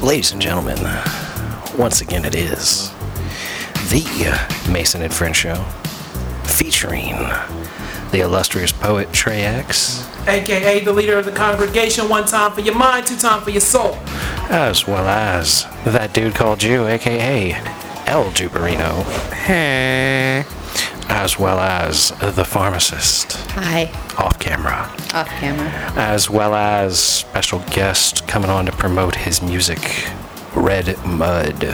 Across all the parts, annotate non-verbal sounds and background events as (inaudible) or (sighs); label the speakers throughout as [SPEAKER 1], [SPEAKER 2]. [SPEAKER 1] Ladies and gentlemen, once again it is the Mason and Friend Show featuring the illustrious poet Trey X,
[SPEAKER 2] aka the leader of the congregation. One time for your mind, two time for your soul.
[SPEAKER 1] as well as that dude called you, aka El Juperino,
[SPEAKER 3] Hey.
[SPEAKER 1] as well as the pharmacist
[SPEAKER 3] Hi.
[SPEAKER 1] off camera,
[SPEAKER 3] Off camera.
[SPEAKER 1] as well as special guest coming on to promote his music, Red Mud.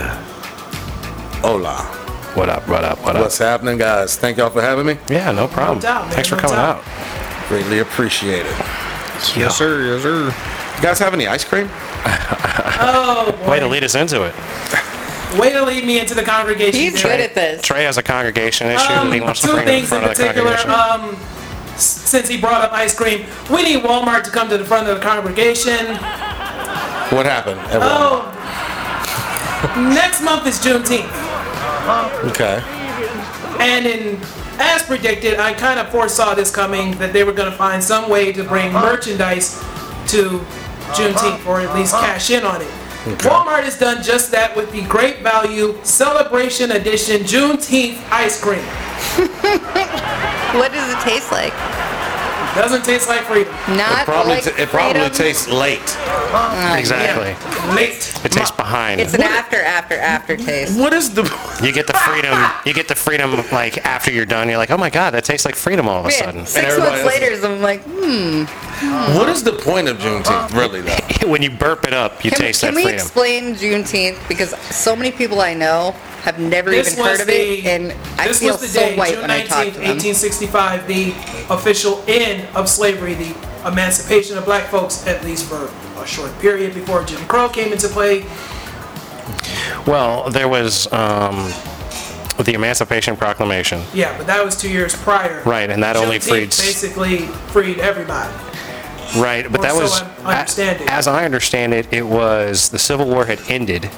[SPEAKER 4] Hola.
[SPEAKER 1] What up, what up, what up?
[SPEAKER 4] What's happening, guys? Thank y'all for having me.
[SPEAKER 1] yeah, no problem.
[SPEAKER 2] doubt, man,
[SPEAKER 1] Thanks for
[SPEAKER 2] no
[SPEAKER 1] coming
[SPEAKER 2] doubt.
[SPEAKER 1] out.
[SPEAKER 4] Greatly appreciate it.
[SPEAKER 1] Yeah.
[SPEAKER 3] Yes, sir. Yes, sir.
[SPEAKER 4] You guys have any ice cream?
[SPEAKER 1] Way to lead us into it.
[SPEAKER 2] Way to lead me into the congregation.
[SPEAKER 3] He's
[SPEAKER 2] dude.
[SPEAKER 3] good at this.
[SPEAKER 1] Trey has a congregation issue
[SPEAKER 2] Um,
[SPEAKER 1] that he wants to
[SPEAKER 2] two
[SPEAKER 1] bring in
[SPEAKER 2] things in
[SPEAKER 1] front of the
[SPEAKER 2] particular.
[SPEAKER 1] congregation.
[SPEAKER 2] Um, s- since he brought up ice cream, we need Walmart to come to the front of the congregation.
[SPEAKER 4] What happened? Everyone?
[SPEAKER 2] Oh, next month is Juneteenth,
[SPEAKER 4] Okay.
[SPEAKER 2] and in as predicted, I kind of foresaw this coming that they were going to find some way to bring merchandise to Juneteenth, or at least cash in on it. Walmart has done just that with the Great Value Celebration Edition Juneteenth ice cream.
[SPEAKER 3] What does it taste like?
[SPEAKER 2] Doesn't taste like freedom.
[SPEAKER 3] Not
[SPEAKER 4] It probably,
[SPEAKER 3] like
[SPEAKER 4] t- it probably
[SPEAKER 3] freedom.
[SPEAKER 4] tastes late.
[SPEAKER 1] exactly.
[SPEAKER 2] Late.
[SPEAKER 1] It tastes behind.
[SPEAKER 3] It's an after, after, after taste.
[SPEAKER 4] What is the. (laughs)
[SPEAKER 1] you get the freedom. You get the freedom like after you're done. You're like, oh my god, that tastes like freedom all of a sudden.
[SPEAKER 3] Man, six
[SPEAKER 4] everybody
[SPEAKER 3] months
[SPEAKER 4] else-
[SPEAKER 3] later, I'm like, hmm,
[SPEAKER 4] What is the point of Juneteenth,
[SPEAKER 3] Oh.
[SPEAKER 4] really,
[SPEAKER 3] (laughs)
[SPEAKER 4] though?
[SPEAKER 1] when you burp it (laughs) up, you
[SPEAKER 3] can,
[SPEAKER 1] taste
[SPEAKER 3] can
[SPEAKER 1] that
[SPEAKER 3] we
[SPEAKER 1] freedom.
[SPEAKER 3] explain Juneteenth? Because so many people I know have never even heard of it, and I
[SPEAKER 2] this
[SPEAKER 3] feel
[SPEAKER 2] was the
[SPEAKER 3] so
[SPEAKER 2] day,
[SPEAKER 3] white
[SPEAKER 2] June
[SPEAKER 3] when I talk
[SPEAKER 2] 19,
[SPEAKER 3] to them.
[SPEAKER 2] 1865, the official end of slavery, the emancipation of black folks, at least for a short period before Jim Crow came into play.
[SPEAKER 1] well, there was um, the Emancipation Proclamation.
[SPEAKER 2] Yeah, but that was two years prior.
[SPEAKER 1] Right, and that only
[SPEAKER 2] Juneteenth
[SPEAKER 1] freed s-
[SPEAKER 2] basically freed everybody.
[SPEAKER 1] Right, but
[SPEAKER 2] Or
[SPEAKER 1] that
[SPEAKER 2] so
[SPEAKER 1] was
[SPEAKER 2] I'm understanding.
[SPEAKER 1] a- as I understand it, it was the Civil War had ended,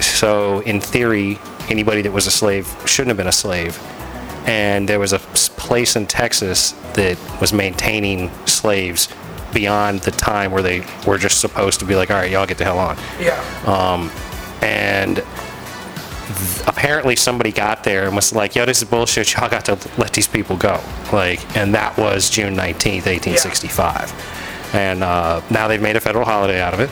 [SPEAKER 1] so in theory, anybody that was a slave shouldn't have been a slave, and there was a s- place in Texas that was maintaining slaves beyond the time where they were just supposed to be like, all right, y'all get the hell on,
[SPEAKER 2] Yeah,
[SPEAKER 4] Oh.
[SPEAKER 1] and th- apparently somebody got there and was like, yo, this is bullshit. Y'all got to let these people go. Like, and that was June 19th, 1865. And uh, now they've made a federal holiday out of it.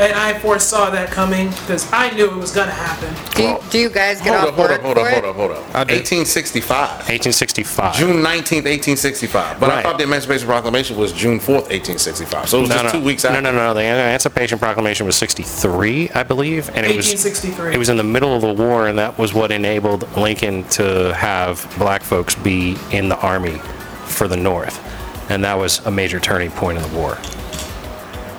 [SPEAKER 2] and I foresaw that coming because I knew it was gonna happen.
[SPEAKER 3] Do you, do you guys get
[SPEAKER 4] Hold
[SPEAKER 3] on
[SPEAKER 4] up, hold
[SPEAKER 3] board
[SPEAKER 4] up, hold
[SPEAKER 3] for
[SPEAKER 4] up, hold
[SPEAKER 3] it?
[SPEAKER 4] up, hold up. 1865.
[SPEAKER 1] 1865.
[SPEAKER 4] June 19th, 1865. But
[SPEAKER 1] Right.
[SPEAKER 4] I thought the Emancipation Proclamation was June 4th, 1865. So it was just two weeks
[SPEAKER 1] no,
[SPEAKER 4] after.
[SPEAKER 1] no, no. The Emancipation Proclamation was 63, I believe, and it was
[SPEAKER 2] 1863.
[SPEAKER 1] it was in the middle of the war, and that was what enabled Lincoln to have black folks be in the army for the North, and that was a major turning point in the war,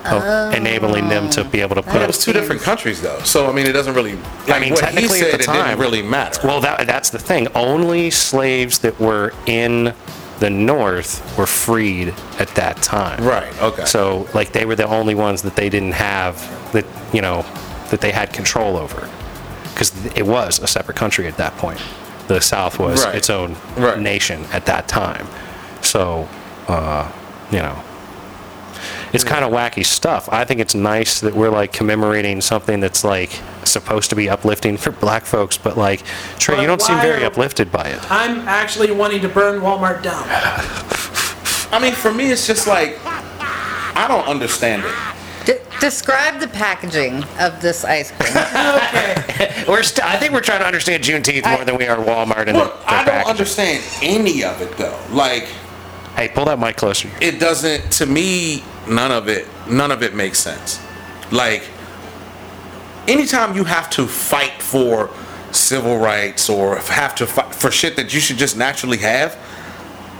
[SPEAKER 1] of enabling them to be able to put
[SPEAKER 4] But it
[SPEAKER 1] up.
[SPEAKER 4] was two different countries, though. So, I mean, it doesn't really. Like,
[SPEAKER 1] I mean,
[SPEAKER 4] what he
[SPEAKER 1] technically
[SPEAKER 4] said,
[SPEAKER 1] at the
[SPEAKER 4] it
[SPEAKER 1] time,
[SPEAKER 4] didn't really matter.
[SPEAKER 1] Well, that, that's the thing. Only slaves that were in the North were freed at that time.
[SPEAKER 4] Right, okay.
[SPEAKER 1] So, like, they were the only ones that they didn't have that, you know, that they had control over. Because it was a separate country at that point. The South was
[SPEAKER 4] Right.
[SPEAKER 1] its own
[SPEAKER 4] Right.
[SPEAKER 1] nation at that time. So, uh, you know, it's kind of wacky stuff. I think it's nice that we're like commemorating something that's like supposed to be uplifting for black folks, but like, Trey,
[SPEAKER 2] But
[SPEAKER 1] you don't seem
[SPEAKER 2] why
[SPEAKER 1] very
[SPEAKER 2] are-
[SPEAKER 1] uplifted by it.
[SPEAKER 2] I'm actually wanting to burn Walmart down.
[SPEAKER 4] I mean, for me, it's just like. I don't understand it.
[SPEAKER 3] De- describe the packaging of this ice
[SPEAKER 4] (laughs)
[SPEAKER 3] cream.
[SPEAKER 2] Okay,
[SPEAKER 1] We're st- I think we're trying to understand Juneteenth more than we are Walmart and
[SPEAKER 4] Look,
[SPEAKER 1] the,
[SPEAKER 4] I don't understand any of it though. Like
[SPEAKER 1] Hey, pull that mic closer.
[SPEAKER 4] it doesn't to me none of it none of it makes sense. Like anytime you have to fight for civil rights or have to fight for shit that you should just naturally have,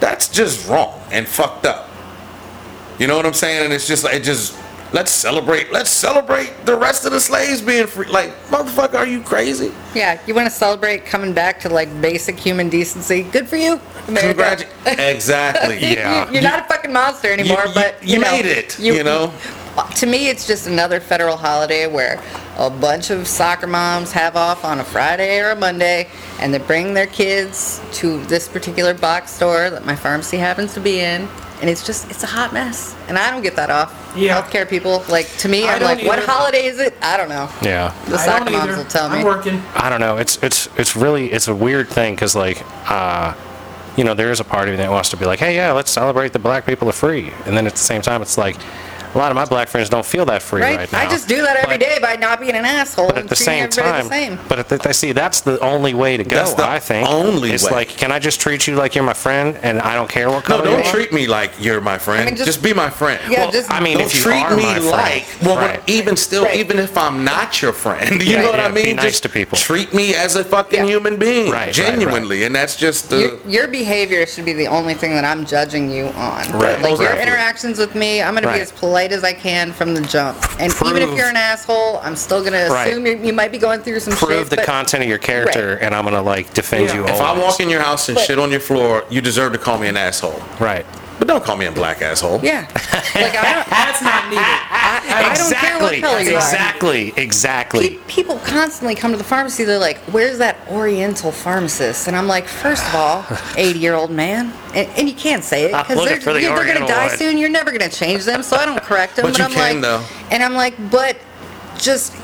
[SPEAKER 4] that's just wrong and fucked up. You know what I'm saying? And it's just like it just let's celebrate let's celebrate the rest of the slaves being free. Like motherfucker, are you crazy?
[SPEAKER 3] yeah, you want to celebrate coming back to like basic human decency? Good for you. America.
[SPEAKER 4] Congratu- (laughs) exactly.
[SPEAKER 3] You-
[SPEAKER 1] Yeah.
[SPEAKER 3] You're not a fucking monster anymore,
[SPEAKER 4] you-
[SPEAKER 3] but
[SPEAKER 4] you made it, you know?
[SPEAKER 3] To me, it's just another federal holiday where a bunch of soccer moms have off on a Friday or a Monday, and they bring their kids to this particular box store that my pharmacy happens to be in, and it's just it's a hot mess. And I don't get that off.
[SPEAKER 2] Yeah.
[SPEAKER 3] Healthcare people, like to me,
[SPEAKER 2] I
[SPEAKER 3] I'm
[SPEAKER 2] don't
[SPEAKER 3] like, what
[SPEAKER 2] either.
[SPEAKER 3] holiday is it? I don't know.
[SPEAKER 1] Yeah.
[SPEAKER 2] I
[SPEAKER 3] The
[SPEAKER 2] don't
[SPEAKER 3] soccer moms
[SPEAKER 2] either.
[SPEAKER 3] will tell me.
[SPEAKER 2] I'm working.
[SPEAKER 1] I don't know. It's it's it's really it's a weird thing because like uh, you know there is a part of me that wants to be like, hey, yeah, let's celebrate the black people are free, and then at the same time it's like a lot of my black friends don't feel that free right,
[SPEAKER 3] right?
[SPEAKER 1] now.
[SPEAKER 3] I just do that every
[SPEAKER 1] But-
[SPEAKER 3] day by not being an asshole
[SPEAKER 1] But
[SPEAKER 3] and
[SPEAKER 1] at the
[SPEAKER 3] treating
[SPEAKER 1] same
[SPEAKER 3] everybody
[SPEAKER 1] time,
[SPEAKER 3] the same.
[SPEAKER 1] but at the, I see that's the only way to go.
[SPEAKER 4] That's the
[SPEAKER 1] I think
[SPEAKER 4] only
[SPEAKER 1] it's
[SPEAKER 4] way.
[SPEAKER 1] like, can I just treat you like you're my friend and I don't care what
[SPEAKER 4] No,
[SPEAKER 1] color? you
[SPEAKER 4] don't
[SPEAKER 1] are?
[SPEAKER 4] treat me like you're my friend.
[SPEAKER 3] I mean,
[SPEAKER 4] just,
[SPEAKER 3] just-
[SPEAKER 4] be my friend.
[SPEAKER 3] Yeah, Well, just-
[SPEAKER 1] I mean,
[SPEAKER 4] don't
[SPEAKER 1] if you
[SPEAKER 4] treat
[SPEAKER 1] are
[SPEAKER 4] me
[SPEAKER 1] my friend.
[SPEAKER 4] like well, but
[SPEAKER 1] Right.
[SPEAKER 4] even still,
[SPEAKER 3] Right.
[SPEAKER 4] even if I'm not your friend, (laughs) you
[SPEAKER 1] Yeah,
[SPEAKER 4] know what
[SPEAKER 1] yeah,
[SPEAKER 4] I mean.
[SPEAKER 1] be nice
[SPEAKER 4] just
[SPEAKER 1] to people.
[SPEAKER 4] Treat me as a fucking
[SPEAKER 3] Yeah.
[SPEAKER 4] human being,
[SPEAKER 1] Right, right, right.
[SPEAKER 4] genuinely, and that's just the.
[SPEAKER 3] your, your behavior should be the only thing that I'm judging you on.
[SPEAKER 1] Right,
[SPEAKER 3] Like your
[SPEAKER 1] exactly.
[SPEAKER 3] interactions with me, I'm going to
[SPEAKER 1] Right.
[SPEAKER 3] be as polite as I can from the jump. And even if
[SPEAKER 1] Prove-
[SPEAKER 3] you're an asshole, I'm still going to
[SPEAKER 1] Right.
[SPEAKER 3] assume you you might be going through some
[SPEAKER 1] Prove
[SPEAKER 3] shit.
[SPEAKER 1] the
[SPEAKER 3] but
[SPEAKER 1] content of your character,
[SPEAKER 3] Right.
[SPEAKER 1] and I'm gonna like defend
[SPEAKER 2] Yeah.
[SPEAKER 1] you.
[SPEAKER 4] if I
[SPEAKER 1] always.
[SPEAKER 4] walk in your house and
[SPEAKER 3] But-
[SPEAKER 4] shit on your floor, you deserve to call me an asshole,
[SPEAKER 1] right?
[SPEAKER 4] but don't call me a black asshole.
[SPEAKER 1] (laughs)
[SPEAKER 3] Yeah. Like I don't,
[SPEAKER 2] That's not needed.
[SPEAKER 3] (laughs) I, I don't care what
[SPEAKER 1] exactly,
[SPEAKER 3] color you are.
[SPEAKER 1] exactly, exactly.
[SPEAKER 3] Pe- People constantly come to the pharmacy. They're like, "Where's that Oriental pharmacist?" And I'm like, first
[SPEAKER 1] (sighs)
[SPEAKER 3] of all, 80 year old man, and, and you can't say it
[SPEAKER 1] I'm
[SPEAKER 3] because
[SPEAKER 1] looking
[SPEAKER 3] they're,
[SPEAKER 1] Uh, for the
[SPEAKER 3] you- they're gonna
[SPEAKER 1] Oriental
[SPEAKER 3] die
[SPEAKER 1] one."
[SPEAKER 3] soon. You're never gonna change them, so I don't correct them.
[SPEAKER 4] But you
[SPEAKER 3] I'm
[SPEAKER 4] can,
[SPEAKER 3] like,
[SPEAKER 4] though.
[SPEAKER 3] and I'm like, but just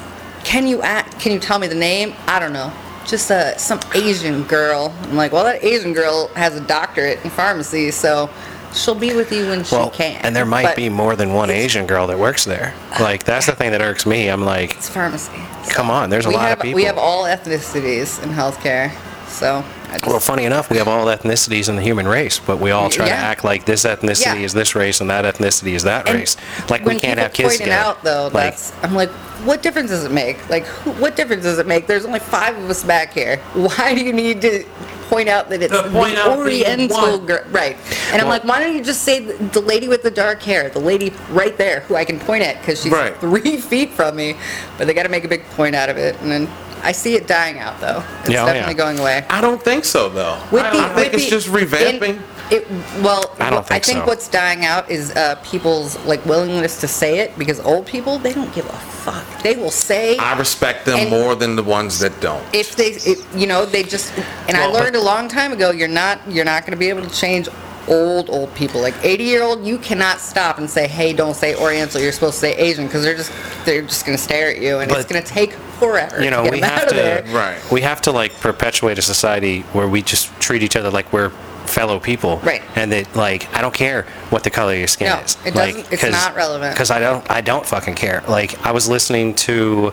[SPEAKER 3] can you act? Can you tell me the name? I don't know. Just uh, some Asian girl. I'm like, well, that Asian girl has a doctorate in pharmacy, so she'll be with you when
[SPEAKER 1] Well,
[SPEAKER 3] she can.
[SPEAKER 1] and there might
[SPEAKER 3] But
[SPEAKER 1] be more than one Asian girl that works there. Like that's the thing that irks me. I'm like,
[SPEAKER 3] It's pharmacy.
[SPEAKER 1] come on, there's a
[SPEAKER 3] we
[SPEAKER 1] lot
[SPEAKER 3] have
[SPEAKER 1] of people.
[SPEAKER 3] we have all ethnicities in healthcare, so I just,
[SPEAKER 1] well, funny enough, we have all ethnicities in the human race, but we all try to
[SPEAKER 3] Yeah.
[SPEAKER 1] act like this ethnicity
[SPEAKER 3] Yeah.
[SPEAKER 1] is this race and that ethnicity is that
[SPEAKER 3] And
[SPEAKER 1] race. Like we
[SPEAKER 3] when
[SPEAKER 1] can't
[SPEAKER 3] people
[SPEAKER 1] have kids
[SPEAKER 3] point
[SPEAKER 1] together.
[SPEAKER 3] it out though,
[SPEAKER 1] like,
[SPEAKER 3] that's I'm like, what difference does it make? Like, who, what difference does it make? There's only five of us back here. (laughs) Why do you need to point out that it's
[SPEAKER 2] To point
[SPEAKER 3] the
[SPEAKER 2] out the
[SPEAKER 3] Oriental
[SPEAKER 2] one.
[SPEAKER 3] girl? Right. And I'm
[SPEAKER 1] Well-
[SPEAKER 3] like, why don't you just say the, the lady with the dark hair, the lady right there, who I can point at because she's
[SPEAKER 4] Right.
[SPEAKER 3] three (laughs) feet from me? But they got to make a big point out of it, and then I see it dying out though. It's
[SPEAKER 1] Yeah, oh, yeah.
[SPEAKER 3] definitely going away.
[SPEAKER 4] I don't think so, though.
[SPEAKER 3] With
[SPEAKER 2] I
[SPEAKER 3] the,
[SPEAKER 2] don't- I
[SPEAKER 4] think
[SPEAKER 3] with
[SPEAKER 4] it's
[SPEAKER 3] the-
[SPEAKER 4] just revamping.
[SPEAKER 3] in- it, well,
[SPEAKER 1] I don't think so.
[SPEAKER 3] what's dying out is uh, people's like willingness to say it because old people they don't give a fuck. They will say
[SPEAKER 4] I respect them
[SPEAKER 3] And-
[SPEAKER 4] more than the ones that don't.
[SPEAKER 3] if they, it, you know, they just. And
[SPEAKER 1] Well,
[SPEAKER 3] I
[SPEAKER 1] but-
[SPEAKER 3] learned a long time ago, you're not you're not going to be able to change old old people. Like 80 year old, you cannot stop and say, hey, don't say Oriental. You're supposed to say Asian because they're just they're just going to stare at you and it's
[SPEAKER 1] But,
[SPEAKER 3] going to take forever.
[SPEAKER 1] you know,
[SPEAKER 3] to get
[SPEAKER 1] we
[SPEAKER 3] them
[SPEAKER 1] have
[SPEAKER 3] out of
[SPEAKER 1] to-
[SPEAKER 3] there.
[SPEAKER 4] Right.
[SPEAKER 1] we have to like perpetuate a society where we just treat each other like we're fellow people
[SPEAKER 3] Right.
[SPEAKER 1] and that like i don't care what the color of your skin
[SPEAKER 3] No,
[SPEAKER 1] is
[SPEAKER 3] it
[SPEAKER 1] like,
[SPEAKER 3] doesn't- it's not relevant.
[SPEAKER 1] because i don't i don't fucking care like i was listening to